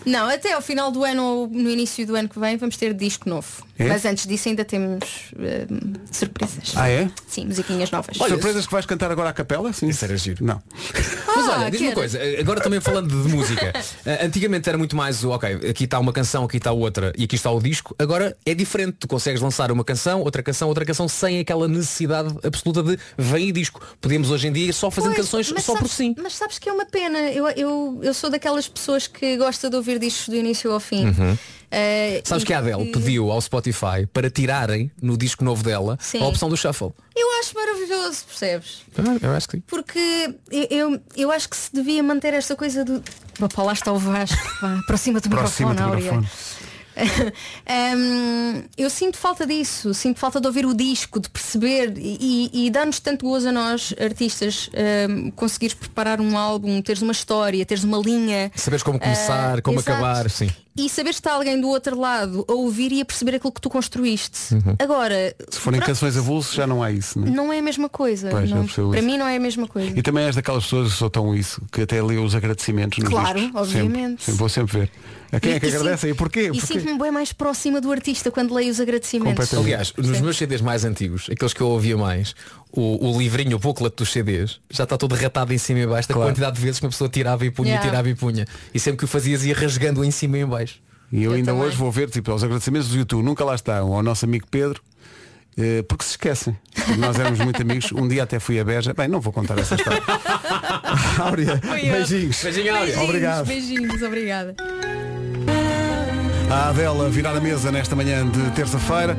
Speaker 11: não, até ao final do ano ou no início do ano que vem vamos ter disco novo.
Speaker 2: É?
Speaker 11: Mas antes disso ainda temos hum, surpresas.
Speaker 2: Ah, é?
Speaker 11: Sim, musiquinhas novas.
Speaker 2: Surpresas que vais cantar agora à capela? Sim. Isso
Speaker 6: era
Speaker 2: giro. Não.
Speaker 6: Mas
Speaker 11: Ah,
Speaker 6: olha, diz uma
Speaker 11: quero.
Speaker 6: coisa, eh, agora também falando de música. Eh, Antigamente era muito mais o ok, aqui está uma canção, aqui está outra e aqui está o disco. Agora é diferente, tu consegues lançar uma canção, outra canção, outra canção sem aquela necessidade absoluta de vem e disco. Podemos hoje em dia só fazendo
Speaker 11: Pois,
Speaker 6: canções
Speaker 11: mas
Speaker 6: só por
Speaker 11: sabes-
Speaker 6: si.
Speaker 11: Mas sabes que é uma pena. Eu, eu, eu sou daquelas pessoas que gosta de ouvir discos do início ao fim.
Speaker 6: Uhum.
Speaker 11: Eh,
Speaker 6: Sabes
Speaker 11: e
Speaker 6: que a Adele pediu ao Spotify para tirarem no disco novo dela
Speaker 11: Sim.
Speaker 6: a opção do shuffle. Ah,
Speaker 11: Eu acho maravilhoso, percebes?
Speaker 6: Eu acho que
Speaker 11: Porque eu, eu, eu acho que se devia manter esta coisa do. Pá, pá, lá está o Vasco. Pá, aproxima do
Speaker 2: Aproxima
Speaker 11: microfone,
Speaker 2: do
Speaker 11: Áurea.
Speaker 2: microfone.
Speaker 11: Hum, eu sinto falta disso, sinto falta de ouvir o disco, de perceber e, e- e dá-nos tanto gozo a nós, artistas, hum, conseguires preparar um álbum, teres uma história, teres uma linha.
Speaker 6: Saberes como começar,
Speaker 11: Ah,
Speaker 6: como
Speaker 11: exato.
Speaker 6: acabar, sim.
Speaker 11: E saber se está alguém do outro lado a ouvir e a perceber aquilo que tu construíste. Agora,
Speaker 2: Uhum. Se forem
Speaker 11: pra-
Speaker 2: canções a vulso, já não há isso, né?
Speaker 11: não é a mesma coisa.
Speaker 2: Pois, eu
Speaker 11: não-
Speaker 2: percebo
Speaker 11: para
Speaker 2: isso.
Speaker 11: mim não é a mesma coisa.
Speaker 2: E também és daquelas pessoas que soltam isso, que até lê os agradecimentos nos
Speaker 11: Claro,
Speaker 2: discos.
Speaker 11: obviamente.
Speaker 2: Sempre, sempre, vou sempre ver. A quem é que
Speaker 11: E- e
Speaker 2: agradece e
Speaker 11: sinto-
Speaker 2: porquê?
Speaker 11: E
Speaker 2: Porquê?
Speaker 11: sinto-me bem mais próxima do artista quando leio os agradecimentos.
Speaker 6: Aliás, nos meus CDs mais antigos, aqueles que eu ouvia mais, o, o livrinho, o booklet dos CDs, já está todo ratado em cima e em baixo da quantidade de vezes que uma pessoa tirava e punha,
Speaker 11: Yeah.
Speaker 6: tirava e punha. E sempre que o fazias ia rasgando em cima e em baixo.
Speaker 2: E eu, ainda hoje vou ver tipo, aos agradecimentos do YouTube, nunca lá estão, ao nosso amigo Pedro, eh, porque se esquecem. Nós éramos muito amigos, um dia até fui a Beja. Bem, não vou contar essa história. Áurea, beijinhos. Obrigado.
Speaker 11: Beijinhos, obrigada.
Speaker 2: A Adela virar a mesa nesta manhã de terça-feira,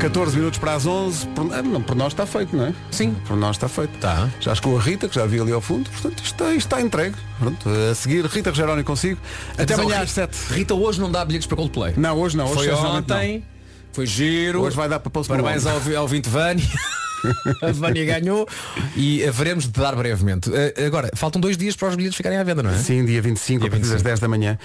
Speaker 2: 14 minutos para as 11. Por, ah, não, por nós está feito, não é? Sim. Por nós está feito. Tá. Já chegou a Rita, que já vi ali ao fundo, portanto isto está, isto está entregue. Pronto, a seguir, Rita Rogeroni consigo. Até
Speaker 6: Atenção,
Speaker 2: amanhã
Speaker 6: Rita-
Speaker 2: às 7.
Speaker 6: Rita hoje não dá bilhetes para Coldplay.
Speaker 2: Não, hoje não. Hoje
Speaker 6: Foi
Speaker 2: sinceramente, não.
Speaker 6: ontem, foi giro.
Speaker 2: Hoje vai dar para Post
Speaker 6: Parabéns
Speaker 2: Malone.
Speaker 6: ao, vi- ao Vinte Vani. A Vânia ganhou e haveremos de dar brevemente. Eh, Agora, faltam dois dias para os bilhetes ficarem à venda, não é?
Speaker 2: Sim, dia 25, a partir das 10 da manhã.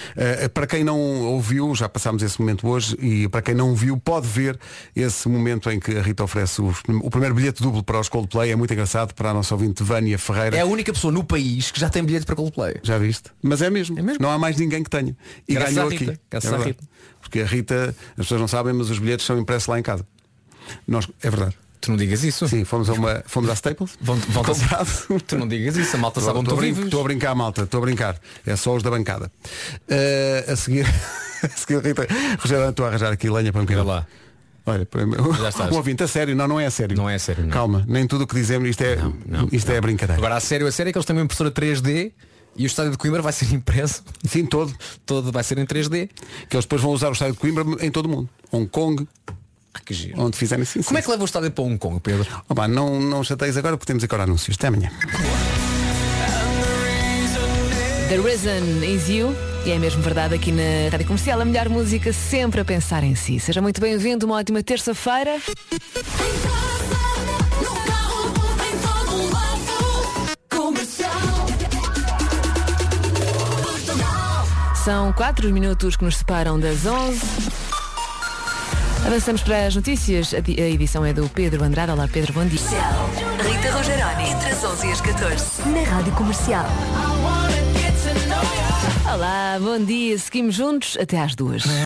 Speaker 2: Uh, para quem não ouviu, já passámos esse momento hoje e para quem não viu, pode ver esse momento em que a Rita oferece os- o primeiro bilhete duplo para os Coldplay. É muito engraçado para a nossa ouvinte Vânia Ferreira.
Speaker 6: É a única pessoa no país que já tem bilhete para Coldplay.
Speaker 2: Já viste? Mas é mesmo. Não há mais ninguém que tenha. E
Speaker 6: Graças
Speaker 2: ganhou
Speaker 6: à Rita.
Speaker 2: aqui. É
Speaker 6: Graças à
Speaker 2: verdade.
Speaker 6: Rita.
Speaker 2: Porque a Rita, as pessoas não sabem, mas os bilhetes são impressos lá em casa. Nós, é verdade.
Speaker 6: Tu não digas isso?
Speaker 2: Sim, fomos, a uma, fomos à Staples.
Speaker 6: volta-
Speaker 2: comprado.
Speaker 6: Tu não digas isso, a malta sabe onde
Speaker 2: Estou
Speaker 6: tu
Speaker 2: a brin-
Speaker 6: vives.
Speaker 2: Estou a brincar, malta, estou a brincar. É só os da bancada. Uh, a seguir, a seguir, Rita, Rogério, estou a arranjar aqui lenha para um bocadinho. lá. Olha, para mim,
Speaker 6: Já estás.
Speaker 2: um ouvinte, a sério, não, não é a sério. Não é a sério, Calma, nem tudo o que dizemos, isto é, isto é a brincadeira.
Speaker 6: Agora a sério, a sério é que eles têm uma impressora 3D e o estádio de Coimbra vai ser impresso.
Speaker 2: Sim, todo.
Speaker 6: Todo vai ser em 3D.
Speaker 2: Que eles depois vão usar o estádio de Coimbra em todo o mundo. Hong Kong. Onde fizerem assim. Como
Speaker 6: é que leva o estádio para Hong Kong, Pedro?
Speaker 2: Opa, não, não chateis agora porque temos agora anúncios. Até amanhã.
Speaker 7: The Reason is You. E é mesmo verdade aqui na Rádio Comercial. A melhor música sempre a pensar em si. Seja muito bem-vindo, uma ótima terça-feira. São 4 minutos que nos separam das 11. Avançamos para as notícias. A di- a edição é do Pedro Andrade. Olá, Pedro, bom dia.
Speaker 15: Rita Rogeroni, entre as 11 e as 14.
Speaker 7: Na Rádio Comercial. Olá, bom dia. Seguimos juntos até às duas.